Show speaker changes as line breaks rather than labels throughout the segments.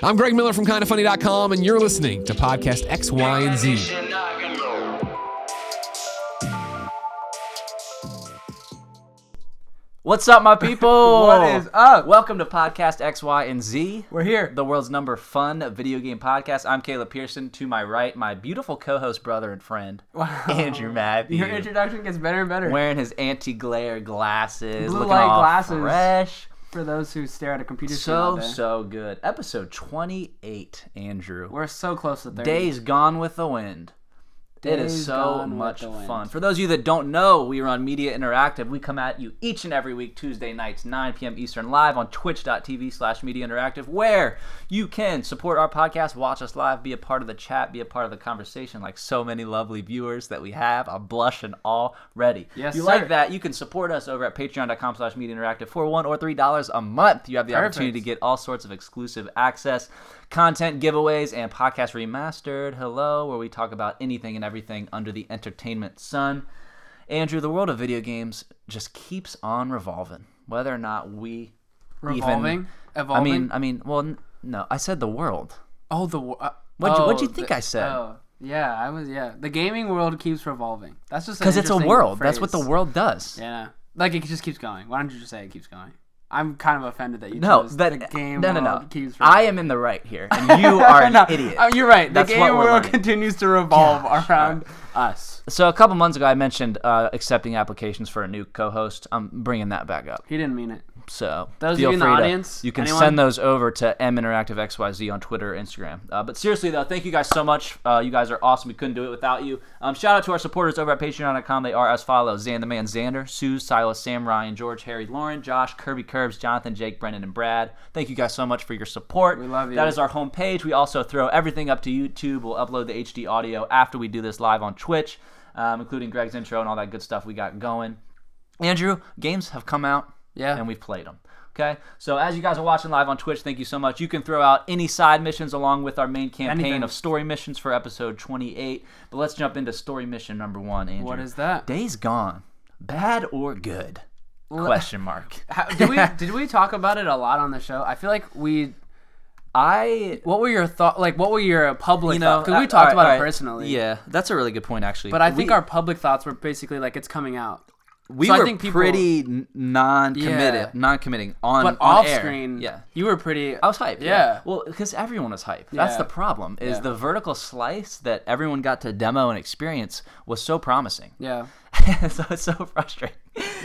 I'm Greg Miller from kindoffunny.com, and you're listening to Podcast X, Y, and Z.
What's up, my people?
What is up?
Welcome to Podcast X, Y, and Z.
We're here.
the world's number fun video game podcast. I'm Caleb Pearson. To my right, my beautiful co-host, brother, and friend,
Wow.
Andrew Matthew.
Your introduction gets better and better.
wearing his anti-glare glasses,
Blue
looking
light
all
glasses.
fresh.
For those who stare at a computer screen all
So
day.
so good. Episode 28, Andrew.
We're so close to 30.
Days gone with the wind. it is
Days
so
Gone with
much
the Wind.
fun. For those of you that don't know, we are on Media Interactive. We come at you each and every week, Tuesday nights, 9 p.m. Eastern, live on twitch.tv slash media interactive, where you can support our podcast, watch us live, be a part of the chat, be a part of the conversation, like so many lovely viewers that we have. I'm blushing already.
Yes,
if you
sir.
like that, you can support us over at patreon.com slash media interactive for one or three dollars a month. You have the
Perfect.
opportunity to get all sorts of exclusive access, content giveaways, and podcast remastered. Hello, where we talk about anything and everything under the entertainment sun. Andrew, the world of video games just keeps on revolving, whether or not we
Revolving?
even. I
Evolving?
mean, I mean, well, n- no, I said the world.
oh, the. wor- Uh,
What'd you-
oh,
what'd you think I said?
Oh, yeah, I was. Yeah, the gaming world keeps revolving. That's just
Because it's a world. That's what the
world.
world does.
Yeah, like it just keeps going. Why don't you just say it keeps going? I'm kind of offended that you
No,
chose
that
the game
no, no, no.
world keeps
I
revolving.
am in the right here, and you are an
No,
idiot.
uh, you're right. The
That's what
game
we're
world
learning.
continues to revolve around us.
So a couple months ago, I mentioned uh, accepting applications for a new co-host. I'm bringing that back up.
He didn't mean it.
So
Those of
feel
you in the
free to-
audience,
you can
anyone?
send those over to M Interactive XYZ on Twitter, or Instagram. Uh, but seriously though, thank you guys so much. Uh, you guys are awesome. We couldn't do it without you. Um, shout out to our supporters over at Patreon.com. They are as follows: Zan the Man, Xander, Sue, Silas, Sam, Ryan, George, Harry, Lauren, Josh, Kirby, Curbs, Jonathan, Jake, Brendan, and Brad. Thank you guys so much for your support.
We love you.
That is our homepage. We also throw everything up to YouTube. We'll upload the HD audio after we do this live on Twitch, um, including Greg's intro and all that good stuff we got going. Andrew, games have come out.
Yeah.
And we've played them. Okay. So as you guys are watching live on Twitch, thank you so much. You can throw out any side missions along with our main campaign
Anything.
of story missions for episode 28. But let's jump into story mission number one, Andrew.
What is that?
Days Gone. Bad or good? Question mark.
How, did we did we talk about it a lot on the show? I feel like we.
I.
What were your thought? Like, what were your public?
You know,
thoughts? 'Cause we
uh,
talked
alright,
about
alright.
it personally.
Yeah, that's a really good point, actually.
But I think
we,
our public thoughts were basically like it's coming out.
we
so I
were
think people-
pretty n- non-committed,
Yeah.
non-committing on
But
on
off
air.
screen,
Yeah,
you were pretty.
I was hyped. Yeah.
Yeah.
Well, because everyone was hyped. That's
Yeah.
the problem. Is
Yeah.
the vertical slice that everyone got to demo and experience was so promising.
yeah,
so it's so frustrating.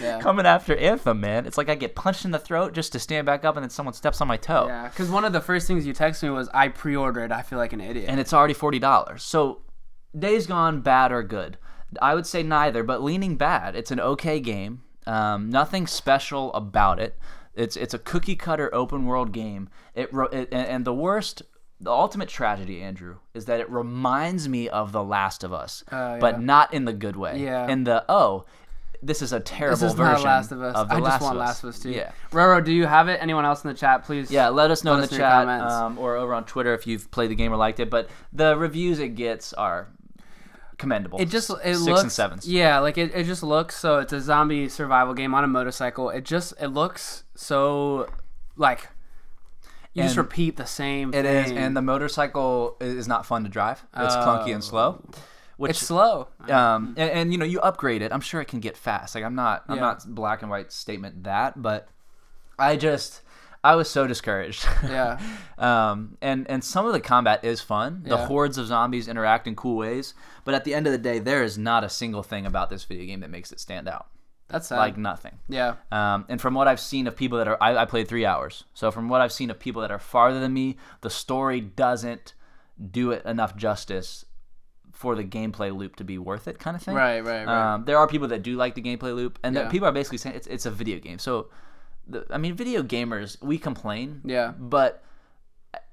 Yeah.
Coming after Anthem, man, it's like I get punched in the throat just to stand back up, and then someone steps on my toe,
yeah. Because one of the first things you texted me was, "I pre-ordered. I feel like an idiot."
and it's already forty dollars. So, Days Gone, bad or good? I would say neither, but leaning bad. It's an okay game. Um, nothing special about it. It's it's a cookie cutter open world game. It, ro- it and- and the worst. The ultimate tragedy, Andrew, is that it reminds me of The Last of Us,
Oh,
but
yeah.
not in the good way.
Yeah.
In the oh, this is a terrible
this is
version
not Last of Us.
The
I just
Last
want
of
Last of Us too.
Yeah.
Roro, do you have it? Anyone else in the chat, please?
Yeah, let us know
Let
in
us
the
know your
chat
comments.
um, or over on Twitter if you've played the game or liked it. But the reviews it gets are commendable.
It just it
six
looks
and sevens.
Yeah, like it, it just looks so it's a zombie survival game on a motorcycle. It just it looks so like you just
And
repeat the same
It is,
thing.
and the motorcycle i- is not fun to drive. It's clunky and slow. Oh. Which
it's slow.
um and, and you know you upgrade it i'm sure it can get fast like i'm not i'm
Yeah.
not black and white statement that but i just i was so discouraged
Yeah.
um and and some of the combat is fun the
Yeah.
hordes of zombies interact in cool ways but at the end of the day there is not a single thing about this video game that makes it stand out
That's sad.
like nothing
yeah.
um, and from what I've seen of people that are, I, I played three hours. So from what I've seen of people that are farther than me, the story doesn't do it enough justice for the gameplay loop to be worth it, kind of thing.
Right, right, right.
Um, there are people that do like the gameplay loop, and that
Yeah.
people are basically saying it's it's a video game. So, the, I mean, video gamers we complain,
Yeah.
but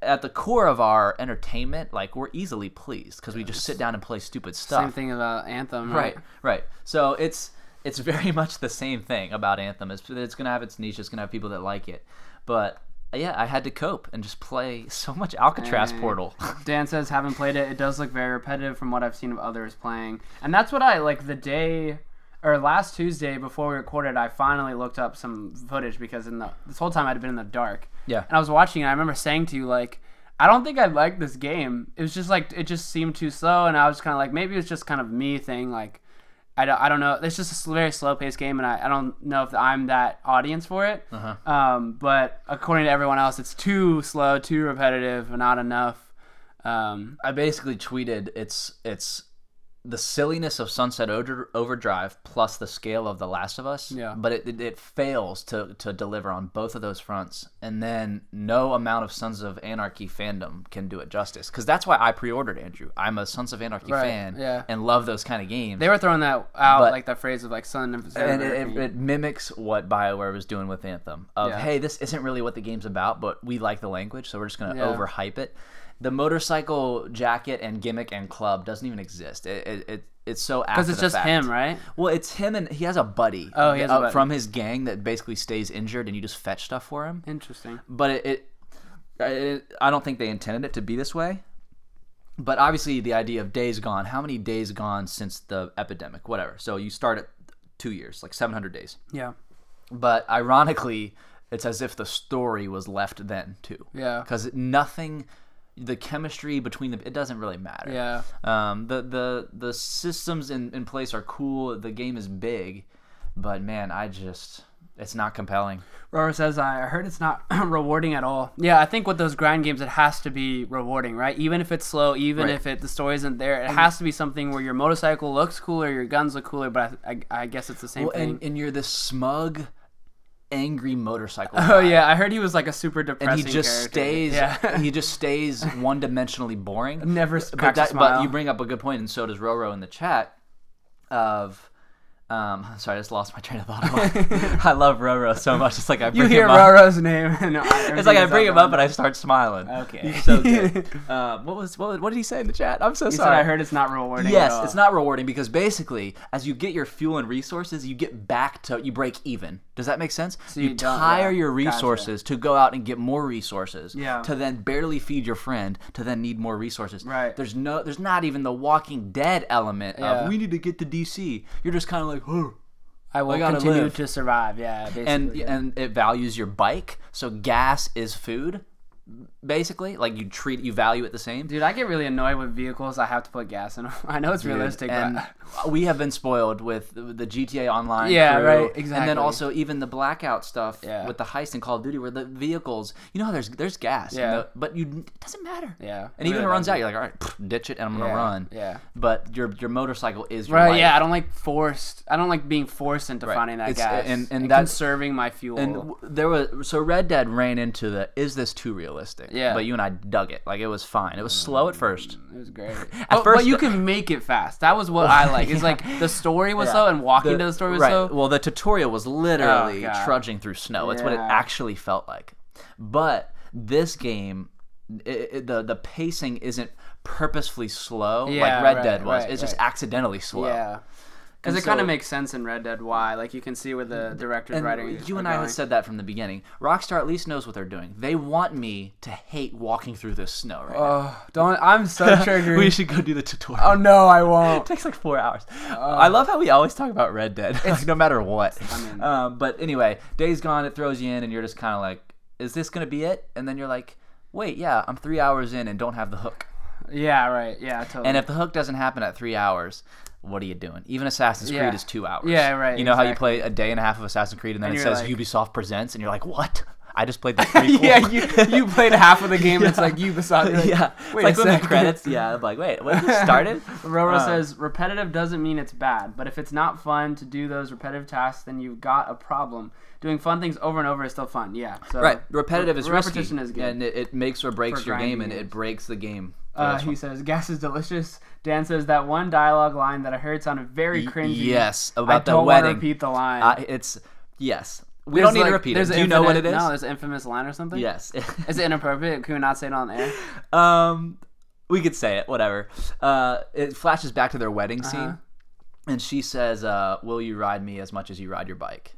at the core of our entertainment, like we're easily pleased because we just sit down and play stupid stuff.
Same thing about Anthem.
Right, right. So it's it's very much the same thing about Anthem. It's it's gonna have its niche. It's gonna have people that like it. But yeah, I had to cope and just play so much Alcatraz
Mm.
Portal.
Dan says haven't played it. It does look very repetitive from what I've seen of others playing, and that's what I like. The day or last Tuesday before we recorded, I finally looked up some footage because in the this whole time I'd been in the dark.
Yeah.
And I was watching, and I remember saying to you like, I don't think I liked this game. It was just like it just seemed too slow, and I was kind of like maybe it's just kind of me thing. Like I don't, I don't know. It's just a sl- very slow paced game, and I, I don't know if I'm that audience for it.
Uh-huh.
Um, but according to everyone else, it's too slow, too repetitive, not enough. Um,
I basically tweeted it's it's the silliness of Sunset Over- Overdrive plus the scale of The Last of Us.
Yeah.
But it, it, it fails to, to deliver on both of those fronts. And then no amount of Sons of Anarchy fandom can do it justice. Because that's why I pre ordered Andrew. I'm a Sons of Anarchy
Right,
fan
yeah.
and love those kind of games.
they were throwing that out
But-
like that phrase of like sun and
and it, it, it mimics what Bioware was doing with Anthem. Of
Yeah.
hey, this isn't really what the game's about, but we like the language, so we're just gonna
Yeah.
overhype it. The motorcycle jacket and gimmick and club doesn't even exist. It, it, it it's so
because it's just him, right?
Well, it's him and he has a buddy.
Oh, he has a
uh,
buddy.
from his gang that basically stays injured, and you just fetch stuff for him.
Interesting.
But it, it, it I don't think they intended it to be this way. But obviously, the idea of days gone. How many days gone since the epidemic? Whatever. So you start at two years, like seven hundred days
Yeah.
but ironically it's as if the story was left then too
Yeah.
because nothing the chemistry between the it doesn't really matter
Yeah.
um the the the systems in, in place are cool the game is big but man i just it's not compelling
Robert says, I heard it's not rewarding at all. Yeah, I think with those grind games, it has to be rewarding, right? Even if it's slow, even
Right.
if it the story isn't there, it has to be something where your motorcycle looks cooler, your guns look cooler, but I, I, I guess it's the same
well,
thing.
and, and you're this smug angry motorcycle
oh,
guy.
yeah, I heard he was like a super depressing
and he just
character.
stays
Yeah.
he just stays one-dimensionally boring
Never s-
but,
cracks a
that, but
smile.
you bring up a good point and so does roro in the chat of um sorry i just lost my train of thought i love roro so much it's like i bring
you hear
him up
Roro's name. And
it's like i bring him up and i start smiling
Okay.
He's so good. uh, what was what, what did he say in the chat i'm so
He said,
sorry
I heard it's not rewarding.
Yes,
at all.
it's not rewarding because basically, as you get your fuel and resources, you get back to you break even. Does that make sense? you
you don't-
tire
yeah,
your
gotcha.
resources to go out and get more resources.
Yeah.
To then barely feed your friend to then need more resources.
Right.
There's no. There's not even the Walking Dead element
Yeah.
of we need to get to DC. You're just kind of like, oh.
I will
gotta
continue
live.
to survive. Yeah, basically.
and and it values your bike. So gas is food, basically. Like you treat you value it the same.
Dude, I get really annoyed with vehicles I have to put gas in. I know it's realistic,
and
but
we have been spoiled with the GTA Online.
Yeah,
crew,
right,
And
exactly.
then also even the blackout stuff
Yeah.
with the heist in Call of Duty, where the vehicles, you know how there's there's gas, in
Yeah.
the- but you it doesn't matter.
Yeah,
and even
it
if it
really
runs out, you're like, all right, pff, ditch it, and I'm gonna
Yeah,
run.
yeah.
but your your motorcycle is your
Right.
life.
Yeah. I don't like forced. I don't like being forced into finding that
It's-
gas
and-
and,
and
and,
that-
conserving my fuel.
And w- there was so Red Dead ran into the is this too realistic?
Yeah.
But you and I dug it. Like it was fine. It was slow at first.
it was great.
At
but,
first-
but you can make it fast. That was what I like. It's like the story was slow and walking to the story was
right.
slow.
Well, the tutorial was literally
God.
trudging through snow. It's what it
Yeah.
actually felt like. But this game, i i the the pacing isn't purposefully slow
Yeah,
like Red
right,
Dead was.
right,
it's just
right.
accidentally slow.
yeah. Because
And
it kind
so-
of makes sense in Red Dead why. Like you can see where the director's
And
writing.
you
are
and I
going.
had said that from the beginning. Rockstar at least knows what they're doing. They want me to hate walking through this snow right
Oh, don't! I'm so
now.
triggered.
We should go do the tutorial.
oh no, I
It
won't.
takes like four hours.
Uh.
I love how we always talk about Red Dead, like, no matter what. um, but anyway, Days Gone, it throws you in, and you're just kind of like, is this going to be it? And then you're like, wait, yeah, I'm three hours in and don't have the hook.
Yeah. Right. Yeah. Totally.
And if the hook doesn't happen at three hours, what are you doing? Even Assassin's
Yeah.
Creed is two hours.
Yeah, right,
You know how you
exactly.
play a day and a half of Assassin's Creed, and then
And
it
you're
says
like-
Ubisoft presents, and you're like, what? I just played the prequel.
yeah, you, you played half of the game. It's like you beside. Like,
yeah.
Wait
it's like
a
when the
second.
credits. Yeah, I'm like, wait, when this started?
Roro says repetitive doesn't mean it's bad, but if it's not fun to do those repetitive tasks, then you've got a problem. Doing fun things over and over is still fun. Yeah. So
Right, repetitive is risky,
repetition is good.
and it, it makes or breaks
For
your game,
grinding
and it
games.
breaks the game. for
uh,
this one.
he says gas is delicious. Dan says that one dialogue line that I heard sounded very
Y-
cringy.
yes,
I
about
don't
the
wanna
wedding.
repeat the line.
I, it's yes. We
There's
don't need
like-
to repeat it.
there's
Do
an
you know what it
infinite-
is?
No, there's an infamous line or something.
yes.
Is it inappropriate? Can we not say it on air?
um, we could say it. Whatever. Uh, it flashes back to their wedding
Uh-huh.
scene, and she says, uh, "Will you ride me as much as you ride your bike?"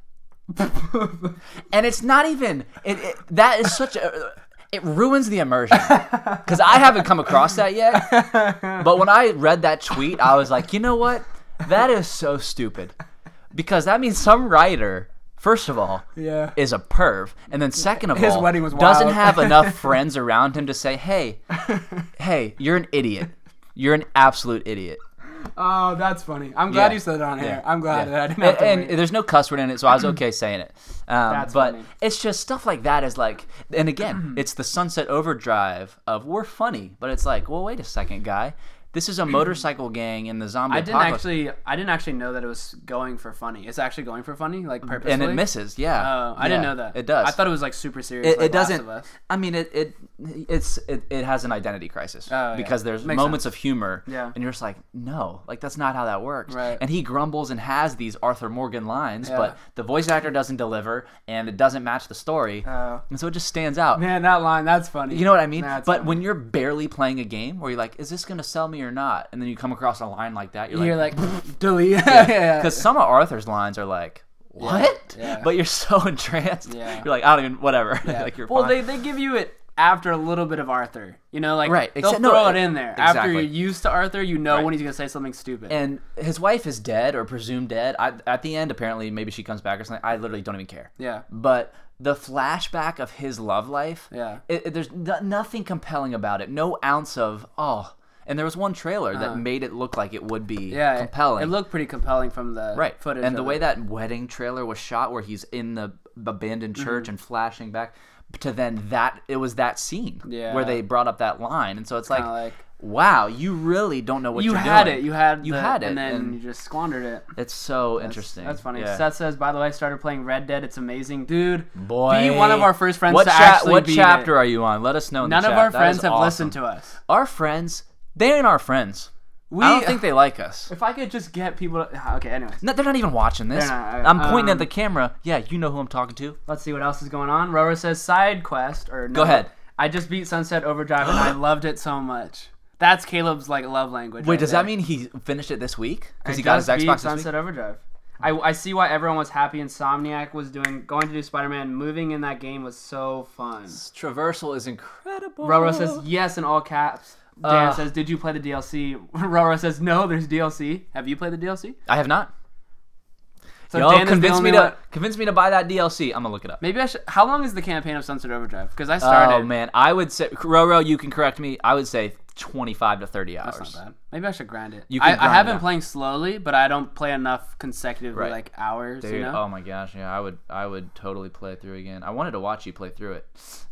and it's not even it, it that is such a it ruins the immersion because i haven't come across that yet but when i read that tweet i was like you know what that is so stupid because that means some writer First of all,
Yeah.
is a perv, and then second of
His
all,
wedding was
doesn't
wild.
have enough friends around him to say, "Hey, hey, you're an idiot. You're an absolute idiot."
Oh, that's funny. I'm
Yeah.
glad you said it on
Yeah.
here. I'm glad
Yeah.
that I didn't have
and,
to
and
wait.
there's no cuss word in it, so I was okay saying it. Um,
That's
but
funny.
it's just stuff like that is like, and again, it's the sunset overdrive of we're funny, but it's like, well, wait a second, guy, this is a motorcycle gang in the zombie
I didn't
apocalypse,
actually. I didn't actually know that it was going for funny. It's actually going for funny, like purposely.
Mm-hmm. and it misses. Yeah,
Oh, I didn't
Yeah,
know that.
It does.
I thought it was like super serious.
it,
like
it
Last
doesn't.
of Us.
I mean, it it it's it, it has an identity crisis
Oh, yeah.
because there's
Makes
moments of humor,
Yeah.
and you're just like, no, like that's not how that works.
Right.
And he grumbles and has these Arthur Morgan lines,
Yeah.
but the voice actor doesn't deliver, and it doesn't match the story,
Oh.
and so it just stands out.
Man, that line. That's funny.
You know what I mean?
That's
but
funny.
when you're barely playing a game, where you're like, is this gonna sell me or not? And then you come across a line like that, you're
you're
like,
like, delete. yeah. yeah.
because some of Arthur's lines are like. What?
Yeah.
But you're so entranced.
Yeah.
You're like, I don't even. Whatever.
Yeah.
like you're
well,
fine.
they, they give you it after a little bit of Arthur. You know, like
Right,
they'll
exa- no,
throw it
e-
in there after
exactly.
you're used to Arthur. You know when he's gonna say something stupid.
and his wife is dead or presumed dead. I, at the end, apparently, maybe she comes back or something. I literally don't even care.
yeah,
But the flashback of his love life,
Yeah.
it, it- there's no, nothing compelling about it. No ounce of oh. And there was one trailer that made it look like it would be
Uh. yeah, it-
compelling.
It, looked pretty compelling from the
right
footage
and the
of
way
it.
that wedding trailer was shot, where he's in the abandoned
Mm-hmm.
church and flashing back to then that it was that scene
Yeah.
where they brought up that line, and so it's like,
Kinda like-
wow, you really don't know what
you
are
had
doing.
it. You had
you
the-
had it,
and then
and-
you just squandered it.
It's so interesting.
That's funny.
Yeah.
Seth says, by the way, I started playing Red Dead. It's amazing, dude.
Boy,
be one of our first friends
What,
to
cha-
actually
what
beat
chapter
it.
are you on? Let us know. In
None
the
of
chat.
our
That
friends
is
have
awesome.
listened to us.
Our friends, they ain't our friends. I don't think they like us.
If I could just get people to, okay, anyways.
No, they're not even watching this.
They're not, uh,
I'm pointing
um,
at the camera. Yeah, you know who I'm talking to.
Let's see what else is going on. Roro says side quest or no,
Go ahead.
I just beat Sunset Overdrive and I loved it so much. That's Caleb's like love language.
Wait,
right
does
there.
that mean he finished it this week?
I
Because he got his
just beat
Xbox this
Sunset
week.
Overdrive? I, I see why everyone was happy. Insomniac was doing going to do Spider Man. Moving in that game was so fun.
Traversal is incredible.
Roro says yes in all caps. Dan
Ugh.
says, "Did you play the DLC?" Roro says, "No, there's DLC. Have you played the DLC?"
I have not.
So
Yo,
Dan is the
convince me
only
to
one-
convince me to buy that DLC. I'm gonna look it up.
Maybe I should. How long is the campaign of Sunset Overdrive? Because I started.
Oh man, I would say Roro, you can correct me. I would say 25 to 30 hours.
That's not bad. Maybe I should grind it.
You
I,
can grind
I have
it
been
out.
playing slowly, but I don't play enough consecutively
Right.
like hours.
Dude,
you know?
oh my gosh, yeah, I would, I would totally play through again. I wanted to watch you play through it,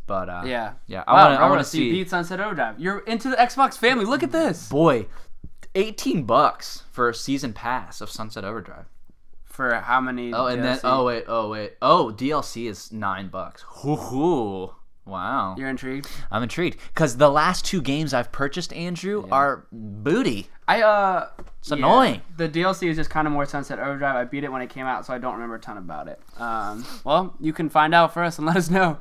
but uh,
yeah.
yeah,
Wow,
I want to, I
Robert,
want to
so you
see.
beat Sunset Overdrive. You're into the Xbox family. Look at this.
Boy, eighteen bucks for a season pass of Sunset Overdrive.
For how many?
Oh, and then oh wait, oh wait, oh DLC is nine bucks. Hoo hoo. Wow,
you're intrigued.
I'm intrigued because the last two games I've purchased, Andrew, are booty.
I uh.
It's annoying.
The DLC is just kind of more Sunset Overdrive. I beat it when it came out, so I don't remember a ton about it. Um, well, you can find out for us and let us know.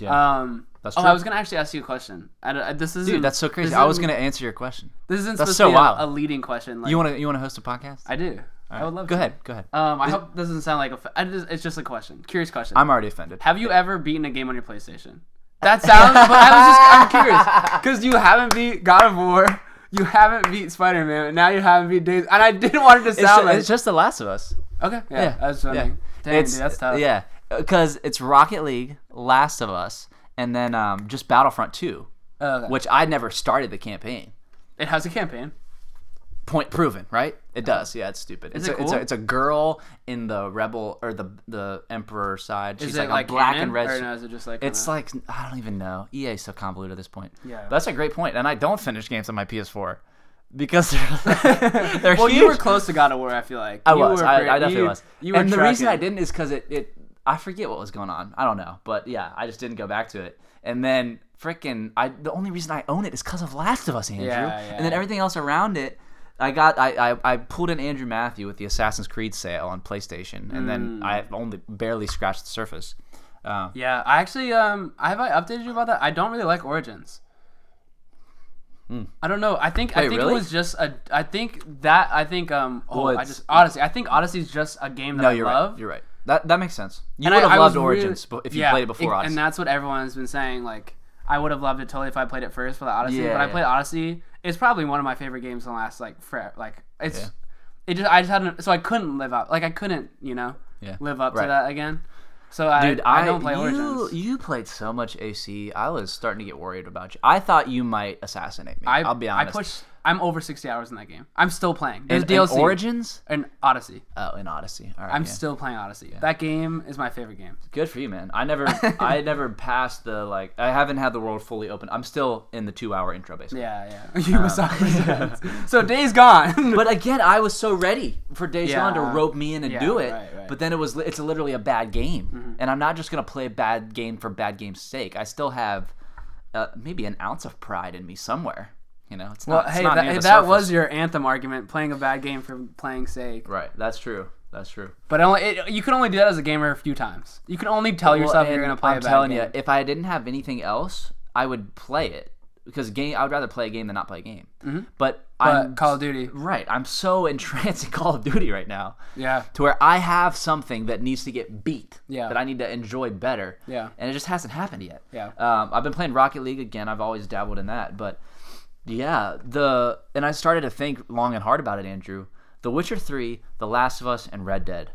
Yeah.
Um,
That's
Oh, I
true.
was gonna actually ask you a question. I, don't- I- this is
Dude, that's so crazy. I was gonna answer your question.
This isn't
that's
supposed
so
to be a,
wild.
a leading question. Like,
You wanna you wanna host a podcast?
I do. I would love.
go
to.
ahead, go ahead.
Um, I hope this doesn't sound like a. f- I just, it's just a question. Curious question.
I'm already offended.
have you ever beaten a game on your PlayStation? That sounds. but I was just. I'm curious because you haven't beat God of War. You haven't beat Spider Man, and now you haven't beat Days. And I didn't want it to
It's ju-
sound like.
it's just The Last of Us.
okay. Yeah.
Yeah.
I was
yeah.
wondering. Dang,
it's,
dude, that's tough.
Yeah, because it's Rocket League, Last of Us, and then um, just Battlefront 2,
Oh, okay.
which I never started the campaign.
It has a campaign.
Point proven, right? It does. Yeah, it's stupid. it's
it
a, it's, a,
cool?
it's a girl in the rebel or the the emperor side. She's
Is
like,
it
a
like
black
canon,
and red.
Or
sh-
no, is it just like?
It's
kinda-
like uh, I don't even know. EA is so convoluted at this point.
Yeah.
that's a great point. And I don't finish games on my PS4 because they're, they're
Well, you were
huge.
close to God of War. I feel like.
I
You
was.
were
I,
pretty-
I definitely
you-
was.
You were
and the reason I
trucking.
didn't is because it, it. I forget what was going on. I don't know. But yeah, I just didn't go back to it. And then freaking, I the only reason I own it is because of Last of Us, Andrew.
Yeah,
And then
yeah.
everything else around it. I got I, I, I pulled in Andrew Matthew with the Assassin's Creed sale on PlayStation, and
Hmm.
then I only barely scratched the surface. Uh,
Yeah, I actually um have I updated you about that? I don't really like Origins. I don't know. I think
Hmm.
I
Wait,
think
really?
it was just a. I think that I think um. Oh,
Well,
I
it's-
just Odyssey. I think Odyssey is just a game that
no,
I
you're
love.
right. You're right. That that makes sense. You
And
would have
I, I was
loved
really-
Origins bef- if you
yeah,
played it before
it-
Odyssey.
and that's what everyone's been saying. Like, I would have loved it totally if I played it first for the Odyssey.
Yeah,
but I
yeah.
played Odyssey. It's probably one of my favorite games in the last like forever. Like it's. it just I just hadn't so I couldn't live up like I couldn't you know
Yeah.
live up
Right.
to that again. So I,
Dude,
I, don't play
you,
Origins.
You played so much AC. I was starting to get worried about you. I thought you might assassinate me.
I,
will be honest.
I pushed. I'm over sixty hours in that game. I'm still playing. There's
in, in
DLC
Origins.
and Odyssey.
Oh, in Odyssey. All right,
I'm
yeah.
still playing Odyssey. That game is my favorite game.
Good for you, man. I never, I never passed the like. I haven't had the world fully open. I'm still in the two-hour intro, basically.
Yeah, yeah. You must not- so Days Gone.
Uh, But again, I was so ready for Days Gone to
Yeah.
rope me in and
Yeah,
do it.
right, right. Mm-hmm.
But then it was, li- it's literally a bad game, and I'm not just gonna play a bad game for bad game's sake. I still have uh, maybe an ounce of pride in me somewhere. You know, it's
well,
not.
Uh, hey,
it's not
that,
near
hey,
the
that
surface.
was your anthem argument: playing a bad game for playing sake.
right. That's true. That's true.
But only it, you can only do that as a gamer a few times. You can only tell yourself
Well,
you're
and
gonna play
I'm
a bad
telling
game.
you, if I didn't have anything else, I would play it because game. I would rather play a game than not play a game. But,
Mm-hmm. But
I'm
Call of Duty.
right. I'm so entranced in Call of Duty right now.
Yeah.
To where I have something that needs to get beat.
Yeah.
That I need to enjoy better.
Yeah.
And it just hasn't happened yet.
Yeah.
Um, I've been playing Rocket League again. I've always dabbled in that, but yeah, the and I started to think long and hard about it, Andrew. The Witcher Three, The Last of Us, and Red Dead.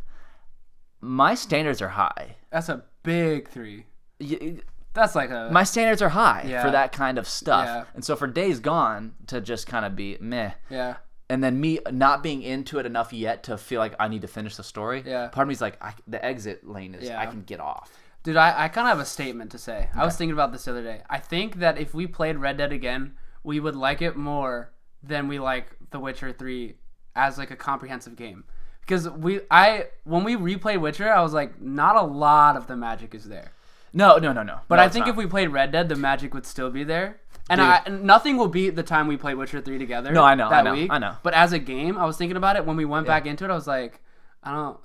My standards are high.
That's a big three.
Y-
That's like a
my standards are high
Yeah.
for that kind of stuff.
Yeah.
And so for Days Gone to just kind of be meh,
yeah.
and then me not being into it enough yet to feel like I need to finish the story.
Yeah.
Part of me's like, I, the exit lane is I
Yeah.
can get off.
Dude, I, I kind of have a statement to say. I was thinking about this the other day. I think that if we played Red Dead again, we would like it more than we like The Witcher 3 as like a comprehensive game. Because we I when we replayed Witcher, I was like not a lot of the magic is there.
No, no, no, no.
But I think if we played Red Dead, the magic would still be there. And
Dude.
I, and nothing will beat the time we played Witcher 3 together. No,
I know, I
That
know,
week.
I know.
But as a game, I was thinking about it when we went back into it. I was like, I don't,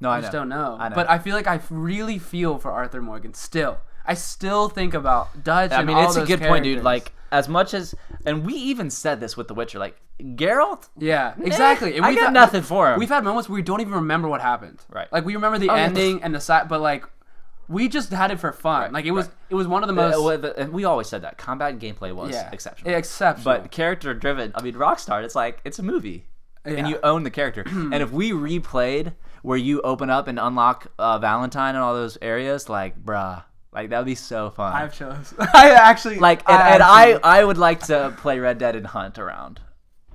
no, I
I just don't know.
I know.
But I feel like I f- really feel for Arthur Morgan still. I still think about Dutch.
I
and
mean,
all
it's a
those
good point, dude.
characters.
Like as much as, and we even said this with The Witcher, like Geralt.
yeah, exactly. And
eh, I
we've
got
had-
nothing for him.
We've had moments where we don't even remember what happened.
Right. Oh,
Like we remember the
yeah.
ending and the side, but like we just had it for fun. like it was, it was one of the
Uh,
most
well, the- and we always said that combat and gameplay was exceptional.
Exceptional.
but character driven. I mean, Rockstar. It's like it's a movie,
Yeah.
and you own the character. and if we replayed where you open up and unlock uh, Valentine and all those areas, like bruh, like that would be so fun.
I've chose. I actually
like, and,
I
and
actually-
I I would like to play Red Dead and hunt around.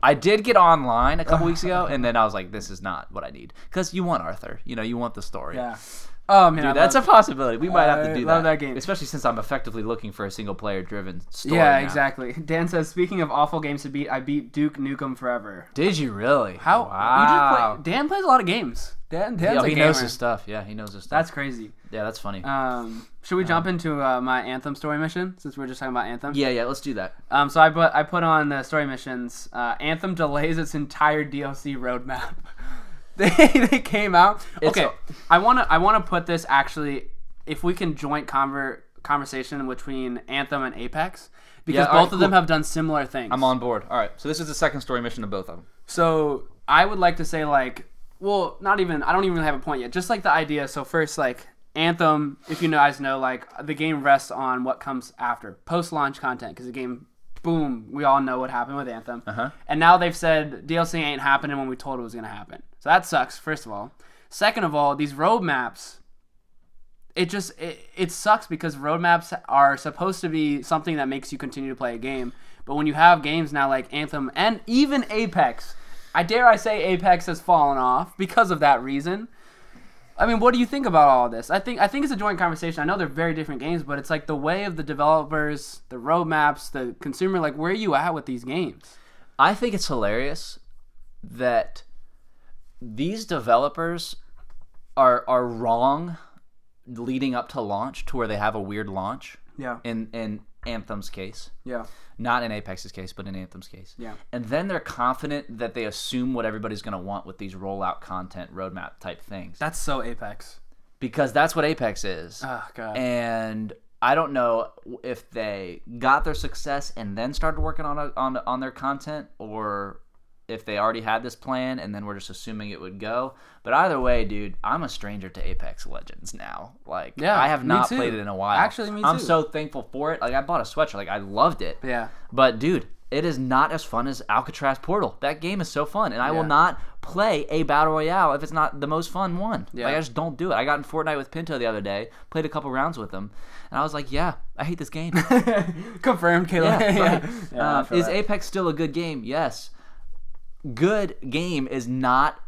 I did get online a couple weeks ago, and then I was like, this is not what I need because you want Arthur. You know, you want the story.
Yeah. Oh man, I
That's a
love-
possibility. We might have to
I
do
love
that.
that game.
especially since I'm effectively looking for a single-player-driven story.
yeah,
now.
exactly. Dan says, speaking of awful games to beat, I beat Duke Nukem Forever.
Did you really?
How
Wow.
you just play, Dan plays a lot of games. Dan, Dan's
yeah,
a
he
gamer.
knows his stuff. Yeah, he knows his stuff.
That's crazy.
yeah, that's funny.
Um, should we jump into uh, my Anthem story mission since we're just talking about Anthem?
yeah, yeah, let's do that.
Um, so I put I put on the story missions. Uh, Anthem delays its entire DLC roadmap. they they came out.
It's
okay,
a-
I wanna I wanna put this actually. If we can joint conver- conversation between Anthem and Apex, because
Yeah, all right,
both of them
cool.
have done similar things.
I'm on board. All right, so this is the second story mission of both of them.
So I would like to say like, well, not even I don't even really have a point yet. Just like the idea. So first, like Anthem, if you guys know, like the game rests on what comes after post-launch content because the game, boom, we all know what happened with Anthem. Uh-huh. And now they've said DLC ain't happening when we told it was gonna happen. So that sucks. First of all. Second of all, these roadmaps it just it, it sucks because roadmaps are supposed to be something that makes you continue to play a game but when you have games now like anthem and even apex i dare i say apex has fallen off because of that reason i mean what do you think about all this i think i think it's a joint conversation i know they're very different games but it's like the way of the developers the roadmaps the consumer like where are you at with these games
I think it's hilarious that these developers are are wrong leading up to launch to where they have a weird launch
yeah
in in Anthem's case.
yeah
Not in Apex's case, but in Anthem's case.
Yeah.
And then they're confident that they assume what everybody's going to want with these rollout content roadmap type things.
that's so apex
because that's what Apex is.
oh god
and I don't know if they got their success and then started working on a, on on their content, or if they already had this plan and then we're just assuming it would go. But either way, dude, I'm a stranger to Apex Legends now. Like,
Yeah,
I have
me
not
too.
played it in a while.
Actually, me
I'm
too.
so thankful for it. Like, I bought a sweatshirt. Like, I loved it.
yeah
But dude, it is not as fun as Alcatraz Portal. That game is so fun, and I will
Yeah.
not play a battle royale if it's not the most fun one.
Yeah.
Like I just don't do it. I got in Fortnite with Pinto the other day, played a couple rounds with him, and I was like, yeah, I hate this game.
Confirmed, Caleb.
Yeah,
Yeah.
right.
Yeah, I
Um,
feel
is
that.
Apex still a good game? Yes. Good game is not.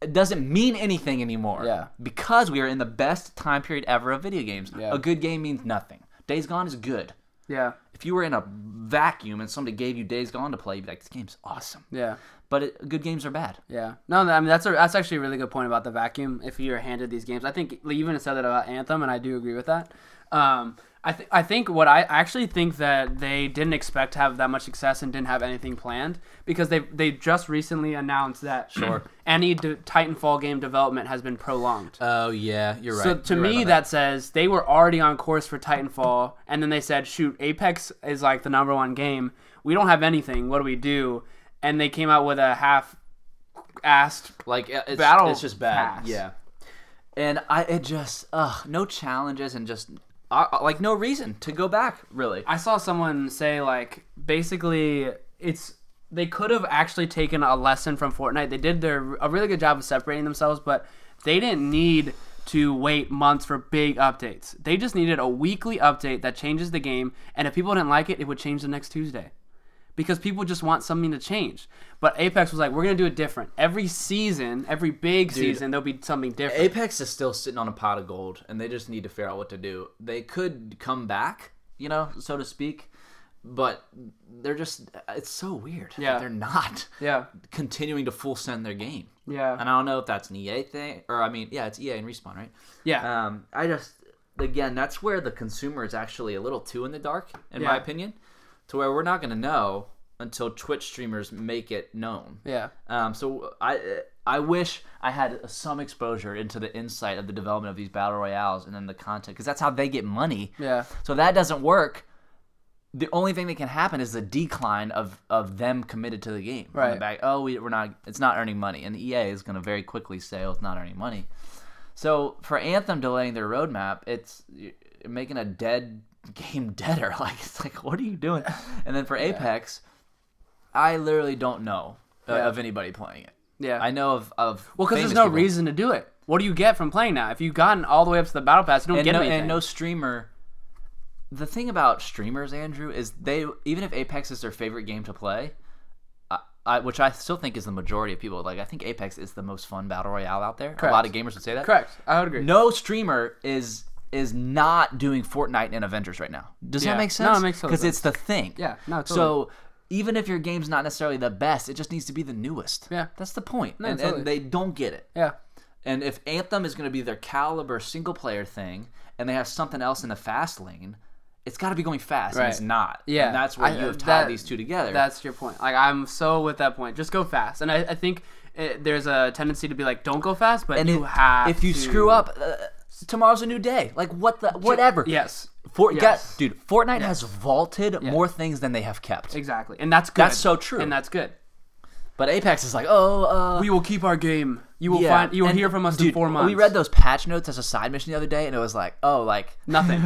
It doesn't mean anything anymore.
Yeah.
Because we are in the best time period ever of video games.
Yeah.
A good game means nothing. Days Gone is good.
yeah,
If you were in a vacuum and somebody gave you Days Gone to play, you'd be like, this game's awesome.
yeah,
But it, good games are bad.
yeah. No, I mean that's a, that's actually a really good point about the vacuum. If you're handed these games, I think like, you even said that about Anthem, and I do agree with that. Um, I th- I think what I I actually think that they didn't expect to have that much success and didn't have anything planned because they they just recently announced that sure any de- Titanfall game development has been prolonged.
Oh, yeah, you're
So to me, that. says they were already on course for Titanfall, and then they said, "Shoot, Apex is like the number one game. We don't have anything. What do we do?" And they came out with a half-assed.
Like, it's,
Battle
it's just bad.
Pass.
Yeah. And I, it just, ugh, no challenges and just, uh, like, no reason to go back, really.
I saw someone say like basically it's they could have actually taken a lesson from Fortnite. They did their a really good job of separating themselves, but they didn't need to wait months for big updates. They just needed a weekly update that changes the game, and if people didn't like it, it would change the next Tuesday. because people just want something to change. But Apex was like, we're gonna do it different. Every season, every big season, there'll be something different.
Apex is still sitting on a pot of gold, and they just need to figure out what to do. They could come back, you know, so to speak, but they're just, it's so weird. that
Yeah.
They're not
yeah,
continuing to full send their game.
Yeah.
And I don't know if that's an EA thing, or I mean, yeah, it's EA and Respawn, right?
yeah,
Um, I just, again, that's where the consumer is actually a little too in the dark, in my
Yeah.
opinion, to where we're not going to know until Twitch streamers make it known.
yeah,
Um, so I I wish I had some exposure into the insight of the development of these battle royales and then the content because that's how they get money.
yeah,
So if that doesn't work. The only thing that can happen is the decline of, of them committed to the game. On the
Right.
back, oh, we, we're not. It's not earning money, and EA is going to very quickly say, "Oh, it's not earning money." So for Anthem delaying their roadmap, it's you're making a dead game deader. Like it's like, what are you doing? And then for Apex, I literally don't know uh, of anybody playing it.
yeah.
I know of of
well, because there's
famous
no
people.
reason to do it. What do you get from playing now? If you've gotten all the way up to the battle pass, you don't
and
get
no,
anything.
and no streamer. The thing about streamers, Andrew, is they even if Apex is their favorite game to play, I, I, which I still think is the majority of people. Like I think Apex is the most fun battle royale out there. A lot of gamers would say that.
Correct. I would agree.
no streamer is is not doing Fortnite and Avengers right now. Does that
Yeah.
make
No, it
sense?
makes total
because it's the thing.
Yeah, no,
So even if your game's not necessarily the best, it just needs to be the newest.
Yeah.
that's the point. and,
totally.
and they don't get it.
Yeah,
And if Anthem is going to be their caliber single player thing, and they have something else in the fast lane, it's got to be going fast, and it's
Right.
not.
Yeah.
and that's where
I-
you have tied
that-
these two together.
that's your point. Like I'm so with that point. Just go fast, and I, I think it, there's a tendency to be like, don't go fast, but
and
you
if,
have.
if you
to-
screw up, uh, tomorrow's a new day. Like what the whatever.
yes,
For,
Yes.
get- dude, Fortnite has vaulted more things than they have kept.
exactly, and that's good.
That's so true.
and that's good.
But Apex is like, oh, uh,
We will keep our game. You will find. You will
and
hear from us in
dude,
four months.
We read those patch notes as a side mission the other day, and it was like, oh, like
Nothing.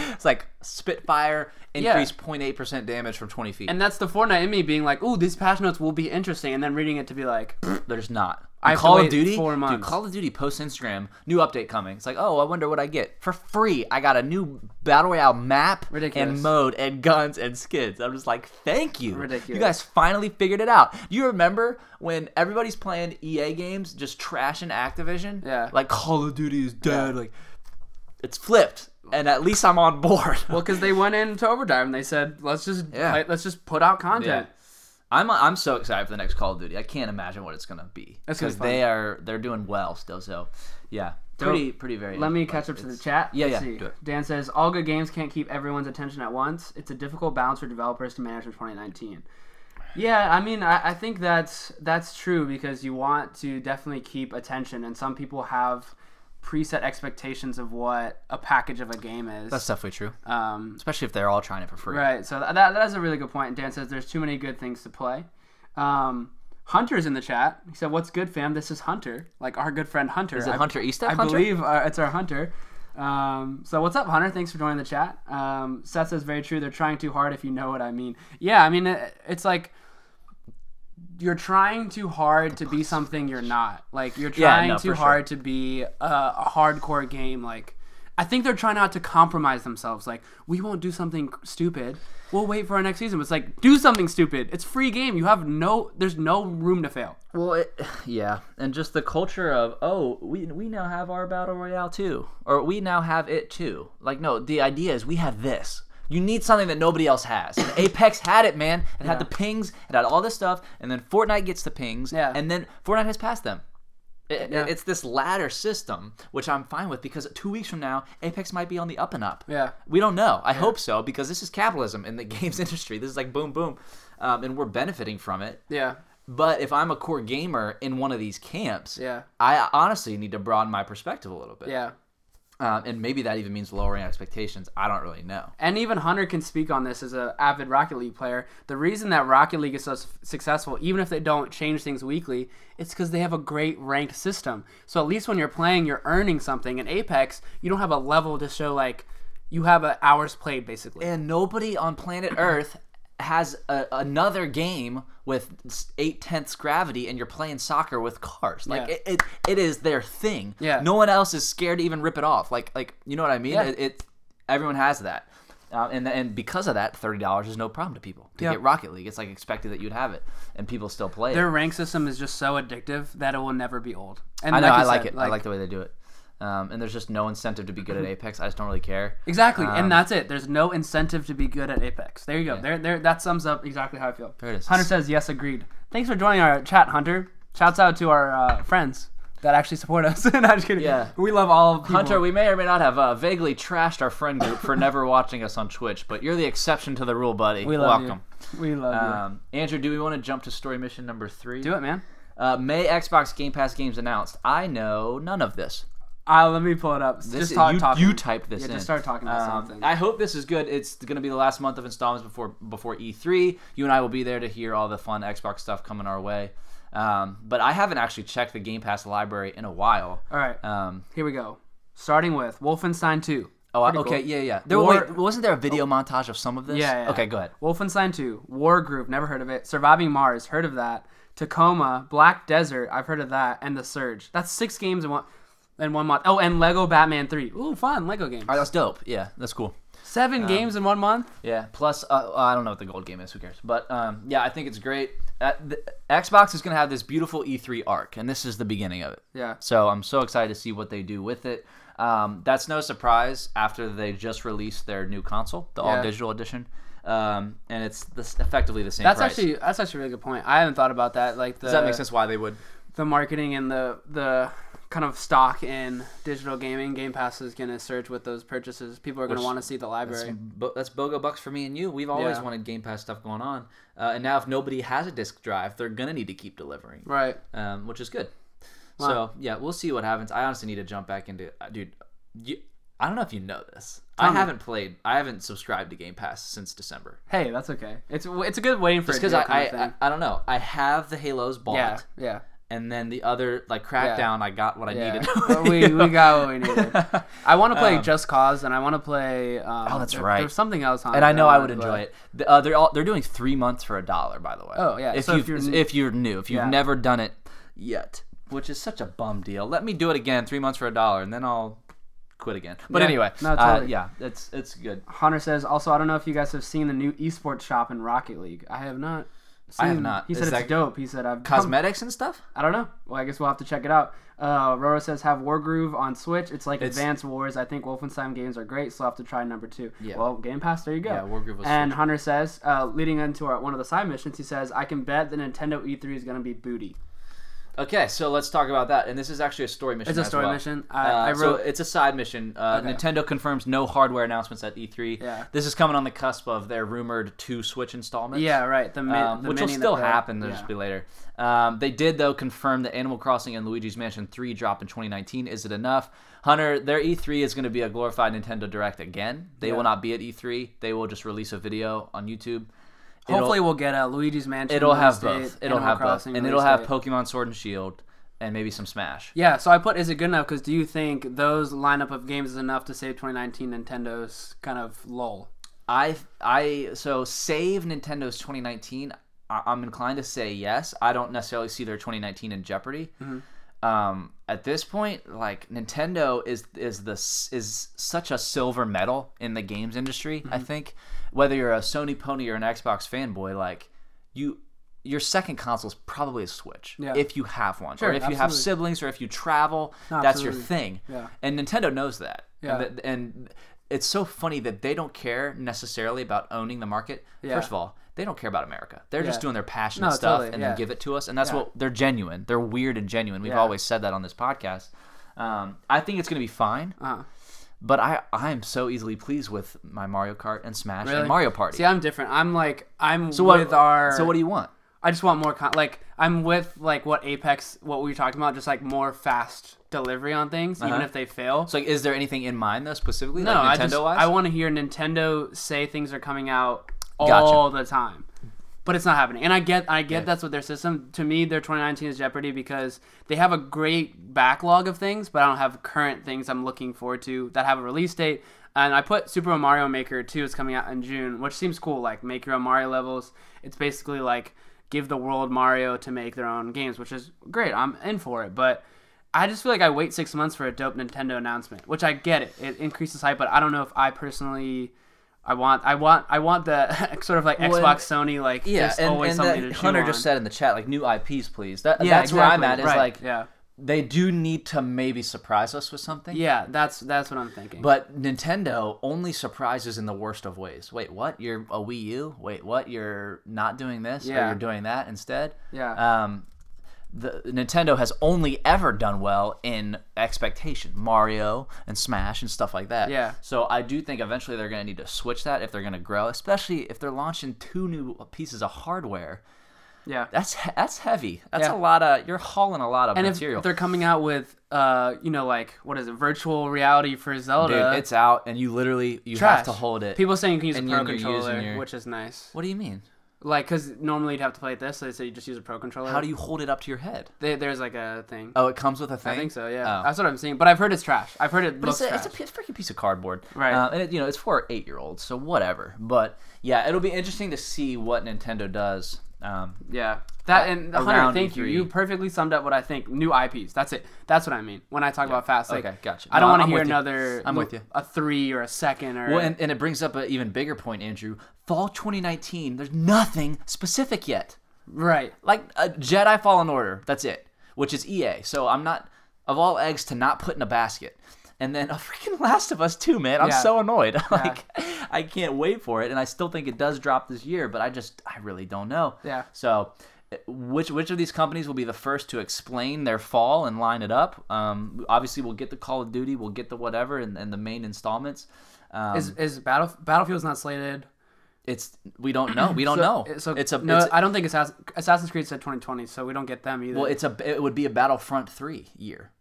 it's like Spitfire
Yeah.
increased 0.8 percent damage from 20 feet,
and that's the Fortnite in me being like, "Ooh, these patch notes will be interesting," and then reading it to be like,
They're just not. I
I have to
Call of
wait
Duty.
four
Dude,
months.
Call of Duty posts Instagram new update coming. It's like, oh, I wonder what I get for free. I got a new battle royale map
Ridiculous.
and mode and guns and skins. I'm just like, thank you. You
Ridiculous.
guys finally figured it out. Do you remember when everybody's playing EA games, just trashing Activision?
Yeah.
Like Call of Duty is dead. Like it's flipped, and at least I'm on board.
"Well, because they went into overtime and they said, let's just
Yeah.
play- let's just put out content."
I'm I'm so excited for the next Call of Duty. I can't imagine what it's gonna be
That's gonna be
because they are they're doing well still. So, yeah, pretty pretty very.
Let me
like,
catch up to the
it's-
chat.
Yeah,
Let's
yeah,
see.
do it.
Dan says, "All good games can't keep everyone's attention at once. It's a difficult balance for developers to manage for 2019." Yeah, I mean, I, I think that's that's true because you want to definitely keep attention, and some people have preset expectations of what a package of a game is.
That's definitely true,
um,
especially if they're all trying it for free.
Right. So th- that, that is a really good point. Dan says there's too many good things to play. Um, Hunter's in the chat. He said, "What's good, fam? This is Hunter, like our good friend Hunter."
Is it Hunter East?
I believe uh, it's our Hunter. Um, so what's up, Hunter? Thanks for joining the chat. Um, Seth says very true. They're trying too hard, if you know what I mean. Yeah, I mean it, it's like you're trying too hard to be something you're not. Like you're
Yeah,
trying
no,
too
for sure.
hard to be a, a hardcore game. Like I think they're trying not to compromise themselves. Like we won't do something stupid. We'll wait for our next season. It's like do something stupid. It's free game. You have no. There's no room to fail.
Well, it, yeah, and just the culture of oh, we we now have our battle royale too, or we now have it too. Like no, the idea is we have this. You need something that nobody else has. And Apex had it, man. It had the pings. It had all this stuff, and then Fortnite gets the pings.
Yeah.
And then Fortnite has passed them. It, It's this ladder system, which I'm fine with because two weeks from now, Apex might be on the up and up.
Yeah.
We don't know. I hope so because this is capitalism in the games industry. This is like boom, boom, um, and we're benefiting from it.
Yeah.
But if I'm a core gamer in one of these camps,
Yeah.
I honestly need to broaden my perspective a little bit.
Yeah.
Um, and maybe that even means lowering expectations. I don't really know.
and even Hunter can speak on this as an avid Rocket League player. The reason that Rocket League is so s- successful, even if they don't change things weekly, it's because they have a great ranked system. So at least when you're playing, you're earning something. In Apex, you don't have a level to show like you have an hours played basically.
And nobody on planet Earth has a, another game with s- eight tenths gravity, and you're playing soccer with cars. Like
Yeah.
it, it, it is their thing.
Yeah.
No one else is scared to even rip it off. Like, like you know what I mean?
Yeah.
It, it, everyone has that. Um, and and because of that, thirty dollars is no problem to people to
Yeah.
get Rocket League. It's like expected that you'd have it, and people still play. it.
Their rank system is just so addictive that it will never be old. And
I know. I
you
like
said,
it. I like the way they do it. Um, and there's just no incentive to be good at Apex. I just don't really care.
Mm-hmm. Exactly,
Um,
and that's it. There's no incentive to be good at Apex. There you go. There, there. That sums up exactly how I feel.
There it is.
Hunter says yes, agreed. Thanks for joining our chat, Hunter. Shouts out to our uh, friends that actually support us. no, I'm just kidding.
Yeah.
we love all of people.
Hunter, we may or may not have uh, vaguely trashed our friend group for never watching us on Twitch, but you're the exception to the rule, buddy.
we love
Welcome.
you. We love
Um, Andrew, do we want to jump to story mission number three?
you. Do it, man.
Uh, May Xbox Game Pass games announced. I know none of this.
Uh, let me pull it up.
This
just
is-
start
you,
talking.
you typed this
yeah,
in.
just start talking about
Um,
something.
I hope this is good. It's going to be the last month of installments before before E3. You and I will be there to hear all the fun Xbox stuff coming our way. Um, but I haven't actually checked the Game Pass library in a while.
all right,
Um,
here we go. Starting with Wolfenstein 2.
oh, I-
Pretty
okay,
cool.
yeah, yeah. There,
War- Oh.
wait, wasn't there a video montage of some of this?
Yeah, yeah.
Okay, go ahead.
Wolfenstein 2, War Group, never heard of it. Surviving Mars, heard of that. Tacoma, Black Desert, I've heard of that, and The Surge. That's six games in one in one month. Oh, and Lego Batman 3. Ooh, fun, Lego games.
All right, that's dope. Yeah, that's cool.
Seven games in one month?
Yeah. Plus, uh, I don't know what the gold game is. Who cares? But um, yeah, I think it's great. Uh, the, Xbox is going to have this beautiful E3 arc, and this is the beginning of it.
Yeah.
So I'm so excited to see what they do with it. Um, that's no surprise after they just released their new console, the all
Yeah.
digital edition, um, and it's this, effectively the same.
That's
price.
actually uh, that's actually a really good point. I haven't thought about that. Like the
does that make sense? Why they would?
the marketing and the the kind of stock in digital gaming, Game Pass is gonna surge with those purchases. People are gonna
Which-
want to see the library.
Bo- that's bogo bucks for me and you. We've always
Yeah.
wanted Game Pass stuff going on, uh, and now if nobody has a disc drive, they're gonna need to keep delivering.
Right.
um, which is good. So yeah, we'll see what happens. I honestly need to jump back into uh, dude. You, I don't know if you know this. I
me.
haven't played. I haven't subscribed to Game Pass since December
Hey, that's okay. It's it's a good waiting for
because
it
I
to kind of
I, I
thing.
I don't know. I have the Halos bought,
yeah yeah.
and then the other like Crackdown. I got what I
Yeah,
needed. Um,
but we, we got what we needed. I want to play Just Cause, and I want to play. Um,
Oh, that's
there-
right.
There's something else on.
And
it
I
that
know I would
wanna
enjoy
play.
it. The, uh, they're all, they're doing three months for a dollar, by the way.
Oh, yeah.
If
So
you've,
if
if you're
you're-
new, if you've
Yeah.
never done it yet, which is such a bum deal. Let me do it again, three months for a dollar, and then I'll quit again. But
Yeah.
anyway,
No,
uh,
totally.
yeah, it's it's good.
Hunter says. Also, I don't know if you guys have seen the new esports shop in Rocket League. I have not. Seen,
have not.
He
Is
said it's
that
dope. He said I've come-
Cosmetics and stuff.
I don't know. Well, I guess we'll have to check it out. Uh, Roro says have Wargroove on Switch. It's like Advanced Wars. I think Wolfenstein games are great, so I'll have to try number two.
Yeah.
Well, Game Pass. There you go.
Yeah, Wargroove was
And Hunter says, uh, leading into our, one of the side missions, he says, I can bet the Nintendo E3 is gonna be booty.
Okay, so let's talk about that. And this is actually a story mission.
It's a
as
story
well.
mission.
Uh,
I, I
so
wrote.
it's a side mission. Uh,
Okay.
Nintendo confirms no hardware announcements at E3.
Yeah.
This is coming on the cusp of their rumored two Switch installments.
yeah, right. The, mi-
Um,
the
which will
mini and the
still
pro.
happen. They'll
Yeah.
just be later. Um, they did though confirm that Animal Crossing and Luigi's Mansion 3 drop in 2019. Is it enough? Hunter, their E3 is going to be a glorified Nintendo Direct again. They will not be at E3. They will just release a video on YouTube. It'll-
Hopefully, we'll get a Luigi's Mansion.
It'll have
release
both.
date,
It'll
Animal
have both,
Crossing
and
release
it'll have
date.
Pokemon Sword and Shield. and maybe some Smash.
Yeah, so I put is it good enough because do you think those lineup of games is enough to save 2019 Nintendo's kind of lull?
I I so save Nintendo's 2019. I, I'm inclined to say yes. I don't necessarily see their 2019 in jeopardy.
Mm-hmm.
Um, at this point, like Nintendo is is the s- is such a silver medal in the games industry.
Mm-hmm.
I think whether you're a Sony pony or an Xbox fanboy, like you. Your second console is probably a Switch,
Yeah.
if you have one, or if you have
absolutely.
siblings, or if you travel. That's your
Absolutely.
thing.
Yeah.
And Nintendo knows that.
Yeah.
And, th- and it's so funny that they don't care necessarily about owning the market. First of all, they don't care about America. They're just
Yeah.
doing their passionate
No,
stuff
totally,
and
yeah.
then give it to us. And that's what they're genuine. They're weird and genuine. We've
Yeah.
always said that on this podcast. Um, I think it's going to be fine,
Uh-huh.
but I I am so easily pleased with my Mario Kart and Smash
Really?
and Mario Party.
See, I'm different. I'm like I'm
so what,
with our.
so what do you want?
I just want more con- like I'm with like what Apex, what we were talking about, just like more fast delivery on things, even
Uh-huh.
if they fail.
So like, is there anything in mind though specifically?
no, I
like Nintendo
just
wise?
I want to hear Nintendo say things are coming out
Gotcha.
all the time, but it's not happening. And I get I get that's what their system. To me, their 2019 is Jeopardy because they have a great backlog of things, but I don't have current things I'm looking forward to that have a release date. And I put Super Mario Maker 2 is coming out in June, which seems cool. Like make your own Mario levels. It's basically like give the world Mario to make their own games, which is great. I'm in for it, but I just feel like I wait six months for a dope Nintendo announcement, which I get it. It increases hype, but I don't know if I personally, I want, I want, I want the sort of like
Well,
Xbox, Sony, like
yeah,
there's
and,
always
and
something
that
to chew
Hunter
on.
just said in the chat, like new IPs, please. That,
Yeah,
that's where I'm at.
exactly,
Is
right,
like
yeah,
they do need to maybe surprise us with something.
yeah. That's that's what I'm thinking.
But Nintendo only surprises in the worst of ways. Wait, what? You're a Wii U? Wait, what? You're not doing this? Or
Yeah.
you're doing that instead?
Yeah.
Um, the Nintendo has only ever done well in expectation, Mario and Smash and stuff like that.
Yeah.
So I do think eventually they're going to need to switch that if they're going to grow, especially if they're launching two new pieces of hardware.
yeah,
That's he- that's heavy. That's
Yeah.
a lot of you're hauling a lot of
and if
material.
they're coming out with, uh, you know, like what is it, virtual reality for Zelda?
Dude, it's out, and you literally you
trash.
have to hold it.
People saying you can use
And
a pro
then you're using
controller,
your-
which is nice.
what do you mean?
Like, because normally you'd have to play it this, so they say you just use a pro controller.
How do you hold it up to your head?
They, there's like a thing.
Oh, it comes with a thing.
I think so. Yeah,
Oh.
that's what I'm seeing. But I've heard it's trash. I've heard it
But
looks
it's a,
trash.
it's a p- freaking piece of cardboard,
Right.
Uh, and it, you know it's for eight year olds, so whatever. But yeah, it'll be interesting to see what Nintendo does. Um,
Yeah. That and
Around
Hunter, thank you.
E3.
You perfectly summed up what I think. New IPs. That's it. That's what I mean when I talk about fast. Like,
Okay, gotcha.
I don't
No,
want to
I'm
hear
with you.
another.
I'm with you.
A three or a second or.
well, and, and it brings up an even bigger point, Andrew. Fall 2019, there's nothing specific yet.
right.
Like uh, Jedi Fallen Order, that's it, which is EA. So I'm not of all eggs to not put in a basket. And then a freaking Last of Us 2, man. I'm
Yeah.
so annoyed. like I can't wait for it and I still think it does drop this year, but I just I really don't know.
Yeah.
So uh, which which of these companies will be the first to explain their fall and line it up? Um, obviously, we'll get the Call of Duty, we'll get the whatever, and, and the main installments. Um,
Is is battle Battlefield's not slated?
it's we don't know. We don't know.
So
Oh, it's a
no.
it's,
I don't think Assassin, Assassin's Creed said 2020, so we don't get them either.
well, it's a it would be a Battlefront three year.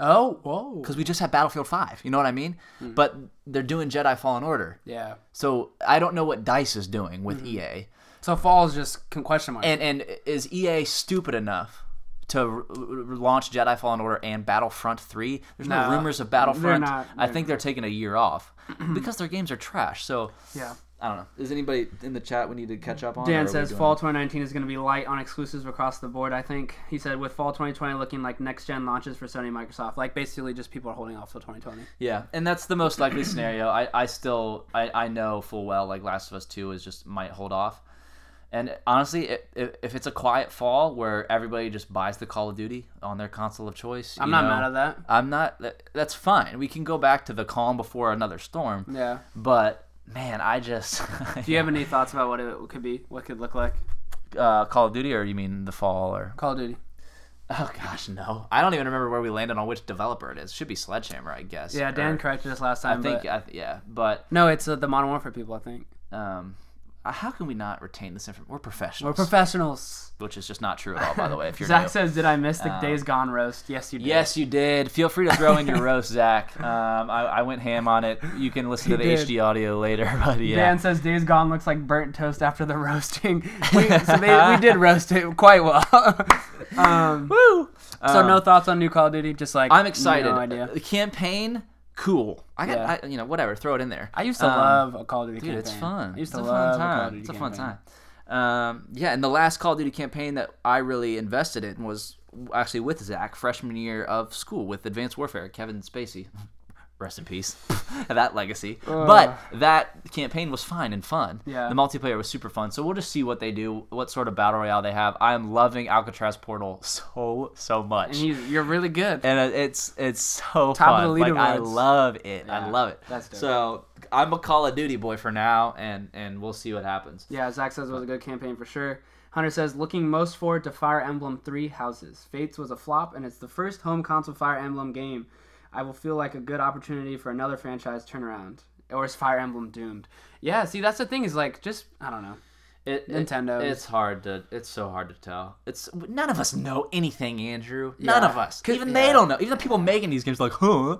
oh whoa.
because we just had Battlefield 5. You know what I mean? But they're doing Jedi Fallen Order.
Hmm. Yeah. Hmm.
So I don't know what DICE is doing with EA.
So fall's just con- question mark.
And and is EA stupid enough to r- r- launch Jedi Fallen Order and Battlefront 3? There's no,
No,
rumors of Battlefront.
not-
I think they're taking a year off because their games are trash. So
yeah.
I don't know. Is anybody in the chat we need to catch up on? or are
Dan
we
says
doing-
fall 2019 is going to be light on exclusives across the board. I think he said with fall 2020 looking like next gen launches for Sony, and Microsoft, like basically just people are holding off till 2020.
Yeah, and that's the most likely scenario. I, I still I, I know full well like Last of Us Two is just might hold off. And honestly, i- i- if it's a quiet fall where everybody just buys the Call of Duty on their console of choice,
I'm
you
not
know,
mad at that.
I'm not. that- That's fine. We can go back to the calm before another storm.
Yeah.
But man, I just
Do you have any thoughts about what it could be, what it could look like?
uh, Call of Duty, or you mean the fall, or
Call of Duty.
oh gosh, no, I don't even remember where we landed on which developer it is. Should be Sledgehammer, I guess.
Yeah, Dan
or-
corrected us last time.
I think I th- yeah, but
no, it's uh, the Modern Warfare people. I think
um, uh, how can we not retain this information? We're professionals,
we're professionals.
which is just not true at all, by the way. If you're
Zach
new.
says, "Did I miss the Days Gone roast?" Yes, you did.
Um, yes, you did. Feel free to throw in your roast, Zach. Um, I, I went ham on it. You can listen to the
did.
HD audio later, but yeah,
Dan says Days Gone looks like burnt toast after the roasting. We, so they, we did roast it quite well. Um,
Woo!
so no thoughts on new Call of Duty. Just like
Um, I'm excited. Uh,
No idea.
The campaign, cool. I got,
Yeah.
I, you know, whatever. Throw it in there.
I used to
Um,
love a Call of Duty
Dude,
campaign.
it's fun.
I used to
it's a
love
fun
Call of
time.
Duty
It's a fun
campaign.
time. Um, yeah, and the last Call of Duty campaign that I really invested in was actually with Zach, freshman year of school with Advanced Warfare, Kevin Spacey. Rest in peace, that legacy. But that campaign was fine and fun.
Yeah.
The multiplayer was super fun. So we'll just see what they do, what sort of battle royale they have. I am loving Alcatraz Portal so so much
And you, you're really good.
and it- it's it's so
Top
fun.
of the
like I
leaderboards.
love it. I
Yeah,
love it.
that's dope.
So I'm a Call of Duty boy for now, and and we'll see what happens.
Yeah, Zach says it was a good campaign for sure. Hunter says, looking most forward to Fire Emblem Three Houses. Fates was a flop, and it's the first home console Fire Emblem game. I will feel like a good opportunity for another franchise turnaround. Or is Fire Emblem doomed? Yeah, see, that's the thing is like, just, I don't know.
It,
Nintendo
It,
is-
it's hard to. It's so hard to tell. It's none of us know anything, Andrew. None
Yeah.
of us.
'Cause-
Even
yeah.
they don't know. Even the people making these games, are like, huh?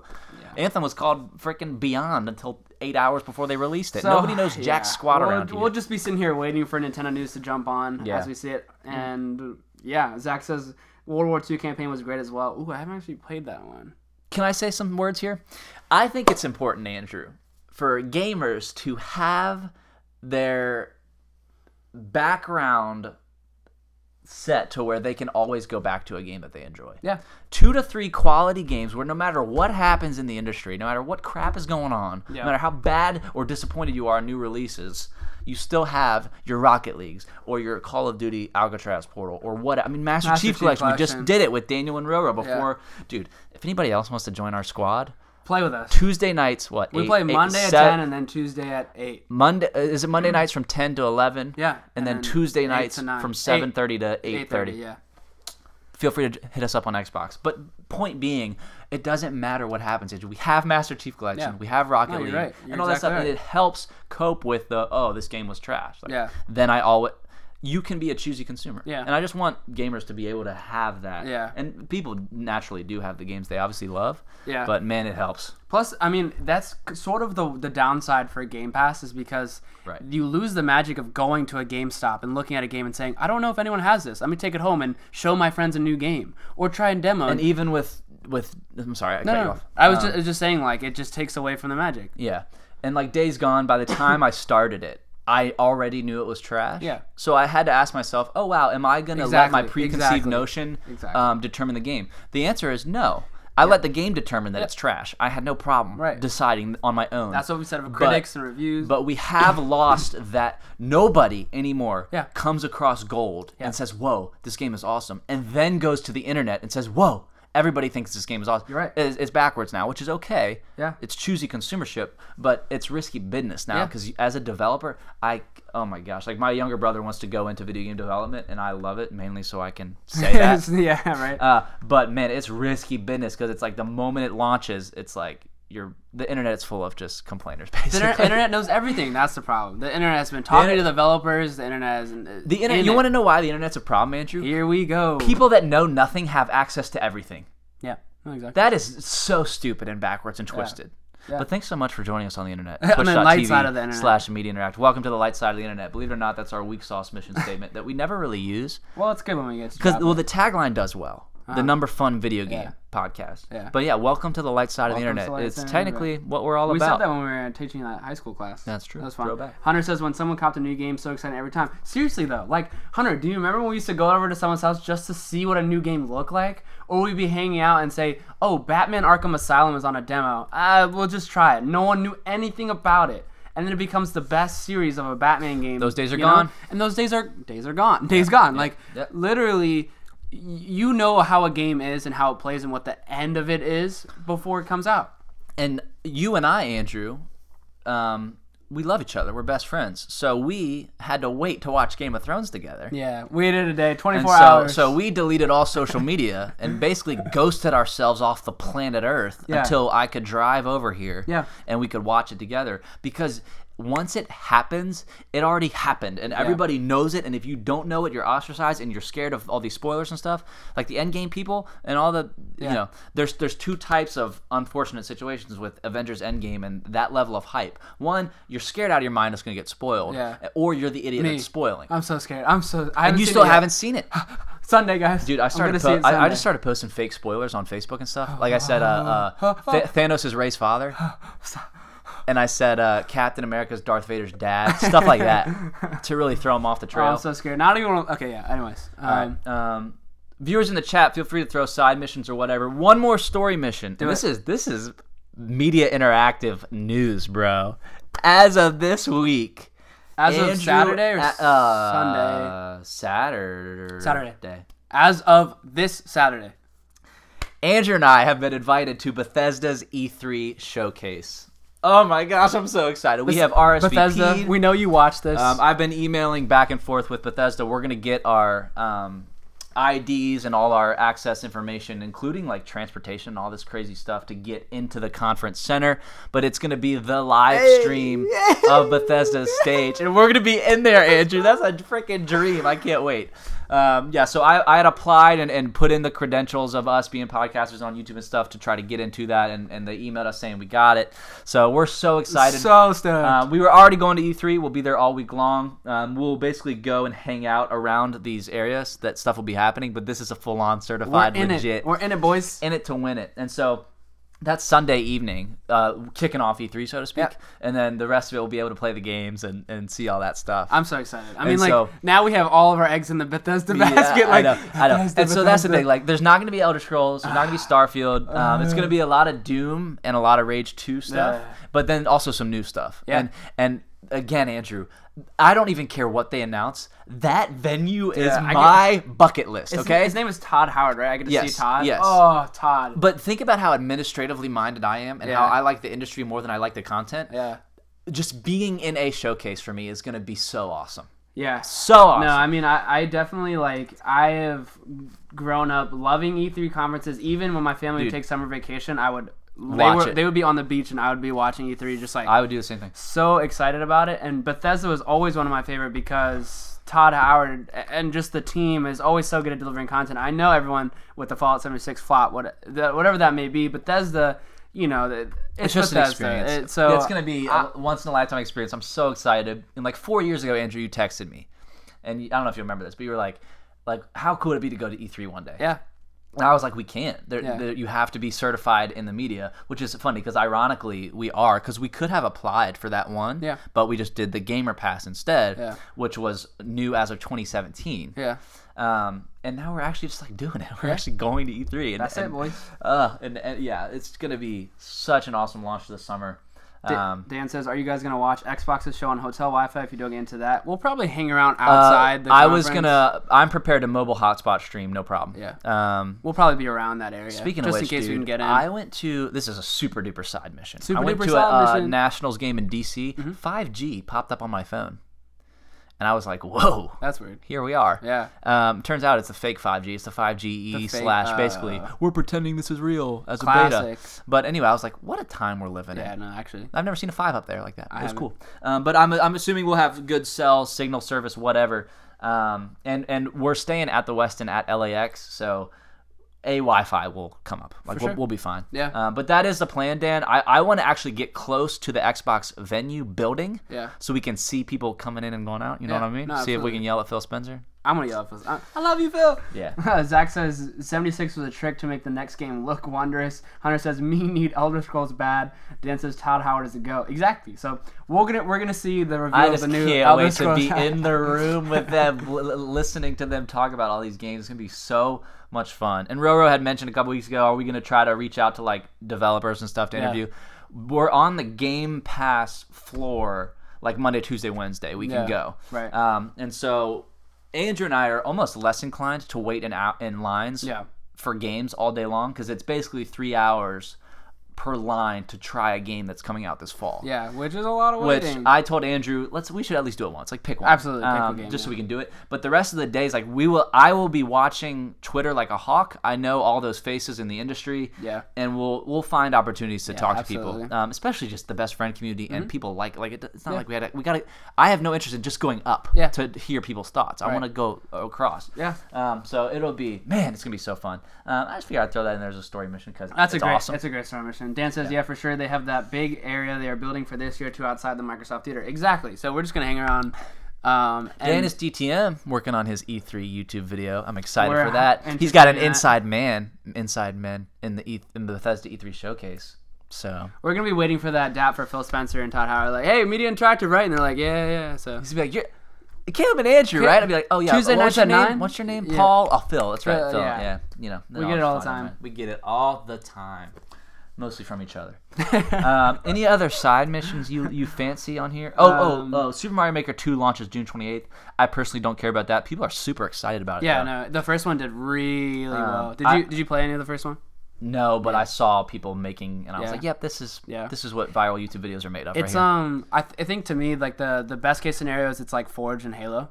Anthem was called freaking Beyond until eight hours before they released it. Nobody knows
yeah.
jack squat
we'll,
around here.
We'll just be sitting here waiting for Nintendo news to jump on
Yeah.
as we see it. And yeah, Zach says World War II campaign was great as well. Ooh, I haven't actually played that one.
can I say some words here? I think it's important, Andrew, for gamers to have their background set to where they can always go back to a game that they enjoy.
Yeah.
Two to three quality games where no matter what happens in the industry, no matter what crap is going on, no matter how bad or disappointed you are in new releases, you still have your Rocket Leagues or your Call of Duty Alcatraz Portal or what. I mean, Master,
Master
Chief,
Chief
Collection. We
Collection.
just did it with Daniel and Roro before. Dude, if anybody else wants to join our squad,
Play with us.
Tuesday nights, what?
We play Monday at 10 and then Tuesday at 8.
Monday uh, is it Monday nights from ten to eleven?
Yeah,
and,
and
then,
then
Tuesday
8
nights
to 9.
from seven thirty to eight thirty.
yeah.
Feel free to j- hit us up on Xbox. But point being, it doesn't matter what happens. Andrew. We have Master Chief Collection,
Yeah.
we have Rocket
No, you're
League,
right. You're
and all that
exactly
stuff, and
right.
it helps cope with the oh this game was trash. Like,
Yeah.
Then I always. You can be a choosy consumer,
Yeah.
and I just want gamers to be able to have that.
Yeah.
and people naturally do have the games they obviously love.
Yeah.
but man, it helps.
Plus, I mean, that's c- sort of the the downside for Game Pass is because
Right.
you lose the magic of going to a GameStop and looking at a game and saying, "I don't know if anyone has this. Let me take it home and show my friends a new game or try and demo."
And even with with, I'm sorry, I
no,
cut
no,
you
no.
off. Um,
I was ju- I was just saying, like, it just takes away from the magic.
Yeah. And like days gone, by the time I started it, I already knew it was trash.
Yeah.
So I had to ask myself, oh wow, am I gonna let
Exactly,
my preconceived
exactly,
notion
exactly.
um, determine the game? The answer is no. I let the game determine that it's trash. I had no problem
Right.
deciding on my own.
That's what we said of critics and reviews.
But we have lost that nobody anymore
Yeah.
comes across gold and says, "Whoa, this game is awesome," and then goes to the internet and says, "Whoa, everybody thinks this game is awesome." Uh,
You're right.
It's, it's backwards now, which is okay.
Yeah.
It's choosy consumership, but it's risky business now
Yeah.
because as a developer, I oh my gosh, like my younger brother wants to go into video game development, and I love it mainly so I can say that.
yeah, right.
Uh, but man, it's risky business because it's like the moment it launches, it's like you're the internet is full of just complainers. Basically,
the inter- internet knows everything. That's the problem. The internet has been talking to
internet-
developers. The internet has
The internet. You want to know why the internet's a problem, Andrew?
Here we go.
People that know nothing have access to everything.
Yeah. No, exactly.
That is so stupid and backwards and twisted. But thanks so much for joining us on the internet.
the
Twitch.tv
light side of the internet.
Slash media interact. Welcome to the light side of the internet. Believe it or not, that's our weak sauce mission statement that we never really use
well, it's good when we get to
because
drop
well,
it.
the tagline does well. The number fun video game podcast.
Uh-huh. Yeah.
But yeah, welcome to the light side of the
Welcome to the
internet.
light
It's
side of the
technically what we're all
We
about.
said that when we were teaching that high school class.
That's true.
That was fun.
Throwback.
Hunter says when someone copped a new game, so excited every time. Seriously though, like Hunter, do you remember when we used to go over to someone's house just to see what a new game looked like, or we'd be hanging out and say, "Oh, Batman: Arkham Asylum is on a demo. Uh, we'll just try it." No one knew anything about it, and then it becomes the best series of a Batman game.
Those days are
you
gone.
and those days are days are gone. Days gone. Like
Yeah.
literally. y- You know how a game is and how it plays and what the end of it is before it comes out.
and you and I, Andrew, um, we love each other. We're best friends. So we had to wait to watch Game of Thrones together.
Yeah, we did a day, twenty
And
four
so,
hours.
so we deleted all social media and basically ghosted ourselves off the planet Earth
Yeah.
until I could drive over here
Yeah.
and we could watch it together. Because once it happens, it already happened and everybody knows it. And if you don't know it, you're ostracized and you're scared of all these spoilers and stuff. Like the end game people and all the, you know, there's there's two types of unfortunate situations with Avengers Endgame and that level of hype. One, you're scared out of your mind it's going to get spoiled.
Yeah.
Or you're the idiot
Me.
that's spoiling.
I'm so scared. I'm so. I
and
haven't
you
seen
still
it yet.
haven't seen it.
Sunday, guys.
Dude, I
I'm
started.
gonna see
Po-
it
I, I just
Sunday.
started posting fake spoilers on Facebook and stuff. Like I said, uh, uh, Th- Thanos is Ray's father, and I said uh, Captain America's Darth Vader's dad, stuff like that, to really throw him off the
Oh,
trail.
I'm so scared. Not even. Wanna, okay, yeah. Anyways, um,
All right, um, viewers in the chat, feel free to throw side missions or whatever. One more story mission. And this is this is media interactive news, bro. As of this week,
as of
Andrew-
Saturday or
uh,
Sunday.
uh, Saturday.
Saturday. As of this Saturday.
Andrew and I have been invited to Bethesda's E3 showcase. Oh my gosh, I'm so excited. We have RSVP.
Bethesda, we know you watch this.
Um, I've been emailing back and forth with Bethesda. We're gonna get our um, IDs and all our access information, including like transportation and all this crazy stuff, to get into the conference center. But it's gonna be the live stream of Bethesda's stage, and we're gonna be in there, Andrew. That's a freaking dream. I can't wait. Um, yeah, so I, I had applied and, and put in the credentials of us being podcasters on YouTube and stuff to try to get into that, and, and they emailed us saying we got it. So we're so excited.
so stoked.
Um, we were already going to E3. We'll be there all week long. Um, we'll basically go and hang out around these areas that stuff will be happening. But this is a full-on
We're
certified
in
legit.
it. We're in it, boys.
in it to win it, and so that's Sunday evening, uh, kicking off E3, so to speak.
Yeah.
And then the rest of it, we'll be able to play the games and, and see all that stuff.
I'm so excited. I mean,
And
like
so-
now we have all of our eggs in the Bethesda
Yeah,
basket. Like,
I know, I know.
Bethesda,
And so that's the
Bethesda.
thing. Like, there's not going to be Elder Scrolls. There's not going to be Starfield. Um, it's going to be a lot of Doom and a lot of Rage Two stuff,
Uh. Yeah.
but then also some new stuff.
Yeah.
And and again, Andrew, I don't even care what they announce. That venue is
Yeah, I get-
my bucket list.
His-
Okay.
His name is Todd Howard, right? I get to
Yes,
see Todd.
yes.
Oh, Todd.
but think about how administratively minded I am and
Yeah.
how I like the industry more than I like the content.
yeah.
Just being in a showcase for me is going to be so awesome.
Yeah.
So awesome.
No, I mean, I, I definitely like I have grown up loving E3 conferences. Even when my family
Dude.
would take summer vacation, I would
Watch
they were
it.
they would be on the beach and I would be watching E3, just like
I would do the same thing.
so excited about it. And Bethesda was always one of my favorite because Todd Howard a- and just the team is always so good at delivering content. I know everyone with the Fallout 76 flop, what the, whatever that may be, Bethesda. You know, it- it's,
It's just an
Bethesda.
experience.
uh, It- so
it's gonna be a once in a lifetime experience. I'm so excited. And like four years ago, Andrew, you texted me, and you, I don't know if you remember this, but you were like, like, how cool would it be to go to E3 one day?
yeah.
And I was like, we can't. There,
Yeah.
there- you have to be certified in the media, which is funny because ironically we are because we could have applied for that one,
Yeah.
but we just did the gamer pass instead,
Yeah.
which was new as of 2017.
Yeah.
Um, and now we're actually just like doing it. We're actually going to E3. And,
That's it,
and-
boys.
Uh, and, and yeah, it's gonna be such an awesome launch this summer.
Da-
Um,
Dan says, "Are you guys gonna watch Xbox's show on hotel Wi-Fi? If you don't get into that, we'll probably hang around
uh,
outside. the
I was
conference.
gonna. I'm prepared to mobile hotspot stream, no problem.
Yeah.
Um,
We'll probably be around that area.
speaking
just
of which,
in case
dude,
we can get in.
I went to. This is a super duper side mission.
Super
I went
duper
to
side
a uh,
mission. Mm-hmm.
Nationals game in DC. 5G popped up on my phone, and I was like, "Whoa,
That's weird.
here we are."
Yeah.
Um, turns out it's a fake 5G. It's the 5GE
The fake,
slash basically
uh,
we're pretending this is real as a beta.
Classic.
But anyway, I was like, what a time we're living
Yeah,
in.
no, actually,
I've never seen a five up there like that. it was
Mm-hmm. haven't.
cool. Um, but I'm, I'm assuming we'll have good cell signal service, whatever. Um, and and we're staying at the Westin at LAX, so a Wi-Fi will come up. Like we'll,
sure.
we'll be fine.
Yeah.
Um, but that is the plan, Dan. I, I want to actually get close to the Xbox venue building.
Yeah.
So we can see people coming in and going out. You know
Yeah.
what I mean?
No,
see if we
absolutely.
can yell at Phil Spencer.
I'm gonna yell at Phil. I, I love you, Phil. Uh,
Yeah.
Zach says 76 was a trick to make the next game look wondrous. Hunter says me need Elder Scrolls bad. Dan says Todd Howard is a go. Exactly. So we're gonna we're gonna see the review
I
of
just
the new
can't
Elder
wait to
Scrolls.
be in the room with them, l- l- listening to them talk about all these games. It's gonna be so much fun. And Roro had mentioned a couple weeks ago, are we gonna try to reach out to like developers and stuff to interview? We're on the Game Pass floor, like Monday, Tuesday, Wednesday. We can
Yeah,
go
right.
um, and so. Andrew and I are almost less inclined to wait in out in lines
Yeah.
for games all day long because it's basically three hours per line to try a game that's coming out this fall.
yeah, which is a lot of
Which
waiting.
I told Andrew, let's we should at least do it once, like pick one,
Absolutely, pick a
um,
game,
just so
yeah.
we can do it. But the rest of the days, like we will, I will be watching Twitter like a hawk. I know all those faces in the industry,
Yeah.
and we'll we'll find opportunities to talk to
absolutely. Mm-hmm.
people, um, especially just the best friend community and people like like it, it's not like we had to, we got to. I have no interest in just going up
Yeah.
to hear people's thoughts. I
Right.
want to go across,
Yeah.
Um, so it'll be man, it's gonna be so fun. Um, I just figured I'd throw that in there as a story mission because
That's
it's
a great.
awesome.
That's a great summer mission. Dan says, yeah. for sure. They have that big area they are building for this year too outside the Microsoft Theater. Exactly. So we're just gonna hang around Um, and
Dennis DTM working on his E3 YouTube video. I'm excited
We're
for that.
anticipating
He's got an
that.
inside man, inside men in the e, in the Bethesda E3 showcase. So
we're gonna be waiting for that dap for Phil Spencer and Todd Howard. Like, hey, Media Interactive, right? And they're like, yeah, yeah. So
he's be like, "You're Caleb and Andrew, right?" I'd be like, "Oh yeah,
Tuesday
what's
nights
your
at
name?
nine?
What's your name?
Yeah.
Paul? Oh, Phil. That's right,
Phil,
Phil. Yeah.
yeah.
you know,
We get it all the
fun, isn't
time.
We get it all the time, mostly from each other. um, any other side missions you you fancy on here? Oh,
Um,
oh, oh, Super Mario Maker 2 launches June 28th. I personally don't care about that. People are super excited about it.
yeah,
though.
no, the first one did really well. Did you
Uh, I-
did you play any of the first one?
No, but I saw people making, and I was
Yeah.
like, "Yep, this is
Yeah.
this is what viral YouTube videos are made of."
It's
right
um, I, th- I think to me like the the best case scenario is it's like Forge and Halo,
here.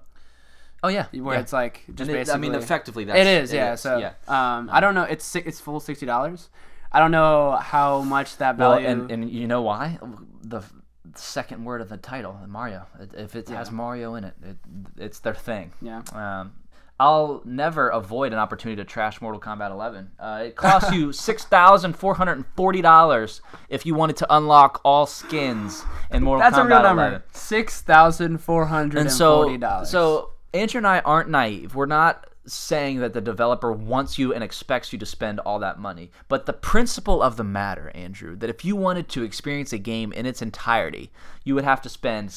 oh yeah,
uh, where
yeah.
it's like just
And it-
basically.
I mean, effectively, that's
It is, yeah. so, um, I don't know. It's si- it's full sixty dollars. I don't know how much that
well,
value.
and and you know why the f- second word of the title, Mario. It- If it has Mario in it, it, it's their thing.
yeah.
Um, I'll never avoid an opportunity to trash Mortal Kombat 11. Uh, it costs you six thousand four hundred and forty dollars if you wanted to unlock all skins in Mortal
That's
Kombat
a real
11.
number. Six thousand four hundred
and
and
so
forty dollars.
so Andrew and I aren't naive. We're not saying that the developer wants you and expects you to spend all that money. But the principle of the matter, Andrew, that if you wanted to experience a game in its entirety, you would have to spend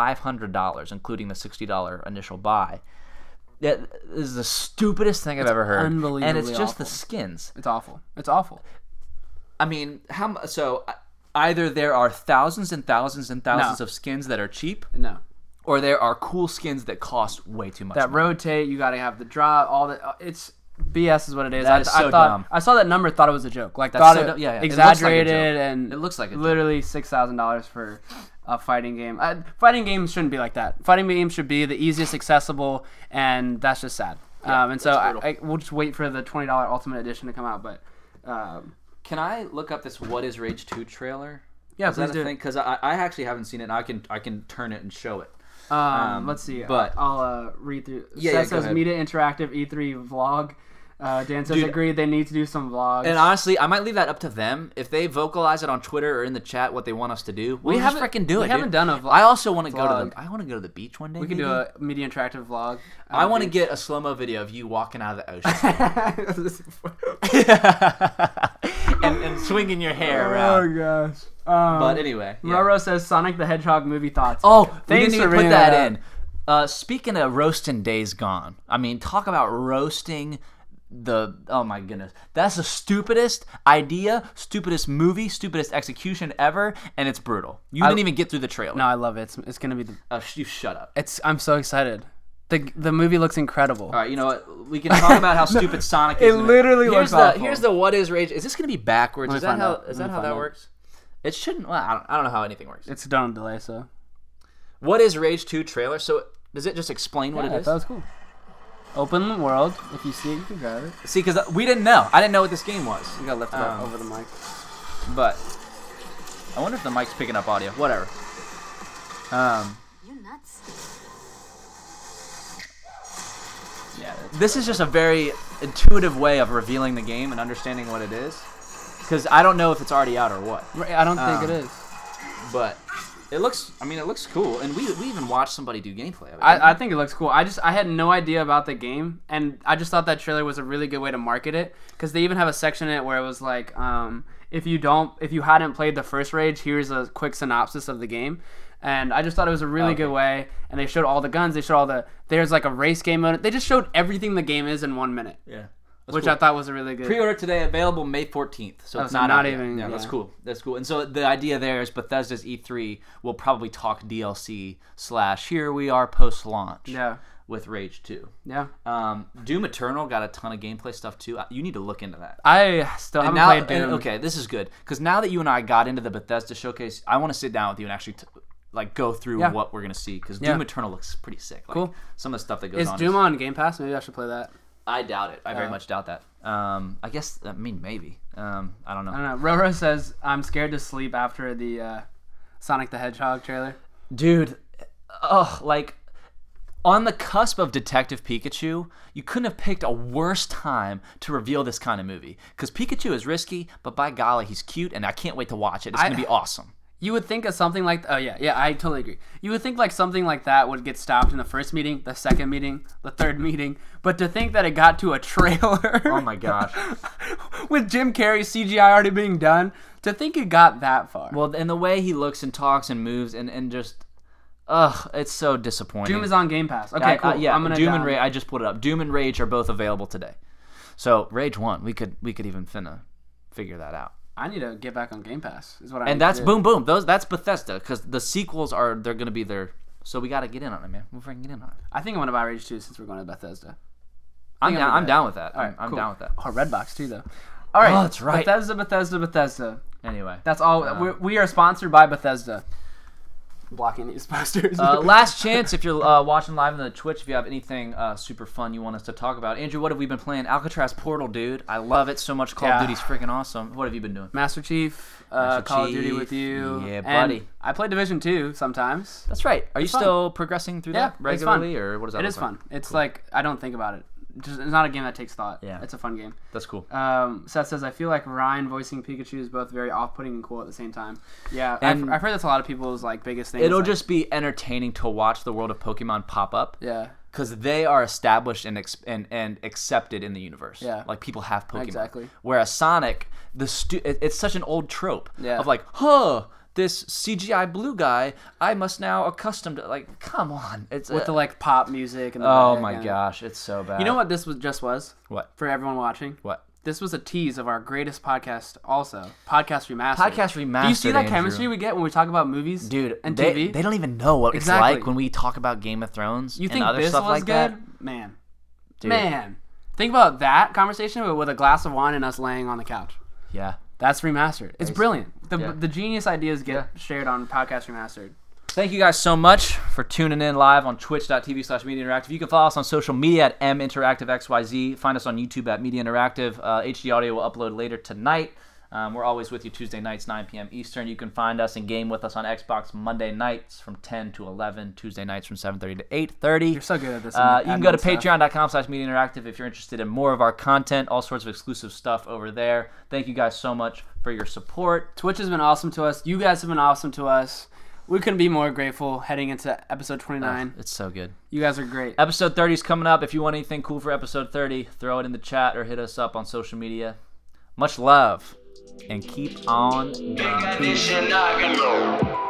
$6500 including the $60 initial buy. That is the stupidest thing I've ever heard. and it's
unbelievably
just the
awful.
skins.
it's awful. It's awful.
I mean, how mu- so uh, either there are thousands and thousands and thousands
No.
of skins that are cheap
No.
or there are cool skins that cost way too much.
That
money.
rotate. You got to have the drop. All the uh, it's BS is what it is.
That
I,
is
I
so
thought
dumb.
I saw that number, thought it was a joke. Like thought
so
it
dumb. Yeah, yeah. It looks like a
exaggerated
joke.
and
It looks like a joke.
literally six thousand dollars for a fighting game. Uh fighting games shouldn't be like that. Fighting games should be the easiest accessible, and that's just sad. um, and so I, I, we'll just wait for the twenty dollar Ultimate Edition to come out. But um,
Can I look up this "What Is Rage 2" trailer?
yeah,
Is that
please
a
do.
thing? Because I, I actually haven't seen it. And I can I can turn it and show it.
Um,
Um,
let's see.
but-
I'll uh, read through.
Yeah, yeah,
Seth
go
says
ahead.
Media Interactive E3 vlog. Uh, Dan says
Dude.
agreed. They need to do some vlogs.
And honestly, I might leave that up to them if they vocalize it on Twitter or in the chat what they want us to do. We'll just
haven't-
freaking do
we
it.
haven't
dude.
done a vlog-
I also want to go to
vlog.
the I want to go to the beach one day.
we can do a Media Interactive vlog.
I want to get a slow mo video of you walking out of the ocean
oh
and, and swinging your hair around.
gosh. Um,
But anyway, yeah.
Oh, Roro says Sonic the Hedgehog movie thoughts.
Oh, they didn't
Thanks
even
for
put
bringing
that,
that
in.
up.
Uh, speaking of roasting days gone, I mean, talk about roasting the oh my goodness that's the stupidest idea stupidest movie stupidest execution ever and it's brutal you didn't even get through the trailer
No, I love it. It's, it's gonna be. The,
Uh, sh- you shut up
it's. I'm so excited. The the movie looks incredible.
all right you know what we can talk about how stupid sonic is
It
in
literally
here's
looks
the
awful.
here's the what is rage is this gonna be backwards
me
is that
find
how
out.
is
Let
that
me
how
find
that
out.
works it shouldn't well I don't, I don't know how anything works
It's done on delay, so.
what is rage 2 trailer so does it just explain what
Yeah,
it is
that was cool. Open the world. If you see it, you can grab it.
See, because we didn't know. I didn't know what this game was.
You got left
Um,
over the mic.
But I wonder if the mic's picking up audio. Whatever. Um,
You nuts?
yeah. This is just a very intuitive way of revealing the game and understanding what it is. Because I don't know if it's already out or what.
Right, I don't think
Um,
it is.
But it looks. I mean, it looks cool. And we, we even watched somebody do gameplay of it.
I, I think it looks cool. I just I had no idea about the game, and I just thought that trailer was a really good way to market it because they even have a section in it where it was like, um, if you don't, if you hadn't played the first Rage, here's a quick synopsis of the game, and I just thought it was a really good way. And they showed all the guns, they showed all the there's like a race game mode. They just showed everything the game is in one minute,
yeah.
which I thought was a really good.
Pre-order today, available May 14th. So
Oh,
it's
so
not,
not
out yet.
even-
Yeah, that's
yeah.
cool. That's cool. And so the idea there is Bethesda's E3 will probably talk DLC slash here we are post launch.
Yeah.
With Rage 2.
yeah,
Um, Doom Eternal got a ton of gameplay stuff too. Uh, You need to look into that.
I still haven't
And now,
played Doom.
and, okay, this is good because now that you and I got into the Bethesda showcase, I want to sit down with you and actually t- like go through
Yeah.
what we're gonna see because
Yeah.
Doom Eternal looks pretty sick. Like,
Cool.
Some of the stuff that goes
Is
on.
Doom on Game Pass? Maybe I should play that.
I doubt it. I very
Uh,
much doubt that. Um, I guess. I mean, maybe. Um, I don't know.
I don't know. Roro says I'm scared to sleep after the uh, Sonic the Hedgehog trailer.
dude ugh like on the cusp of detective pikachu you couldn't have picked a worse time to reveal this kind of movie because pikachu is risky but by golly he's cute and i can't wait to watch it it's
I-
gonna be awesome
you would think of something like oh yeah yeah i totally agree you would think like something like that would get stopped in the first meeting the second meeting the third meeting but to think that it got to a trailer
Oh my gosh.
with jim carrey's cgi already being done to think it got that far
Well, and the way he looks and talks and moves and, and just, ugh, it's so disappointing.
doom is on game pass okay
I-
cool
I- uh, yeah,
i'm gonna
Doom
down-
and Rage. I just put it up. Doom and Rage are both available today. So Rage One, we could we could even finna figure that out.
i need to get back on game pass is what i need
And that's
to do.
boom boom. Those that's Bethesda because the sequels are they're gonna be there. So we gotta get in on it, man. We're freaking get in on it.
i think i'm gonna buy rage 2 since we're going to bethesda
I'm
I'm
down.
with
I'm
that.
down with that. I'm,
Alright,
I'm
cool.
down with that.
oh redbox too though all right
Oh, that's right.
bethesda bethesda bethesda
Anyway,
That's all. we're, we are sponsored by Bethesda. Blocking these posters.
uh, last chance if you're uh, watching live on the Twitch. If you have anything uh, super fun you want us to talk about, Andrew, what have we been playing? Alcatraz Portal, dude. I love it so much. Call
Yeah.
of Duty's freaking awesome. What have you been doing?
Master Chief, uh,
Master
Call of Duty
Chief,
with you.
yeah,
And
buddy.
I play Division Two sometimes.
That's right. Are you
fun.
still progressing through
Yeah,
that
it's
regularly,
fun.
or what is that?
It
look
is
like?
fun. It's like I don't think about it. Just, it's not a game that takes thought.
Yeah.
It's a fun game.
That's cool.
Um, Seth says I feel like Ryan voicing Pikachu is both very off-putting and cool at the same time. Yeah,
And-
I've, I've heard that's a lot of people's like biggest thing. is,
It'll
like-
just be entertaining to watch the world of Pokemon pop up.
yeah.
because they are established and, ex- and and accepted in the universe.
Yeah.
like people have Pokemon.
Exactly.
Whereas Sonic, the stu- it, it's such an old trope
Yeah.
of like, huh, this CGI blue guy, I must now accustom to. Like, come on, it's
With the like pop music and the
Uh, oh
back
my
and-
gosh, it's so bad.
You know what this was just was
What?
for everyone watching.
What?
This was a tease of our greatest podcast, also podcast remastered.
Podcast
Do you see
Remastered,
that
Andrew.
chemistry we get when we talk about movies,
Dude,
and
they,
TV?
they don't even know what
Exactly.
it's like when we talk about Game of Thrones
you
and
think
other
this
stuff
was
like
good,
that.
man?
Dude,
Man, think about that conversation, but with a glass of wine and us laying on the couch.
Yeah.
That's remastered. It's brilliant. The,
Yeah.
the genius ideas get shared on podcast remastered.
Thank you guys so much for tuning in live on twitch.tv slash media interactive. You can follow us on social media at M Interactive XYZ. Find us on YouTube at Media Interactive. Uh, HD audio will upload later tonight. Um, we're always with you Tuesday nights, 9 p.m. Eastern. You can find us and game with us on Xbox Monday nights from 10 to 11, Tuesday nights from 7.30 to 8.30.
You're so good at this.
Uh, you can go to
admin stuff.
patreon.com slash media interactive if you're interested in more of our content, all sorts of exclusive stuff over there. Thank you guys so much for your support.
Twitch has been awesome to us. You guys have been awesome to us. We couldn't be more grateful heading into episode 29.
It's so good.
you guys are great.
Episode 30 is coming up. If you want anything cool for episode 30, throw it in the chat or hit us up on social media. Much love and keep on.
Got this shit knocking.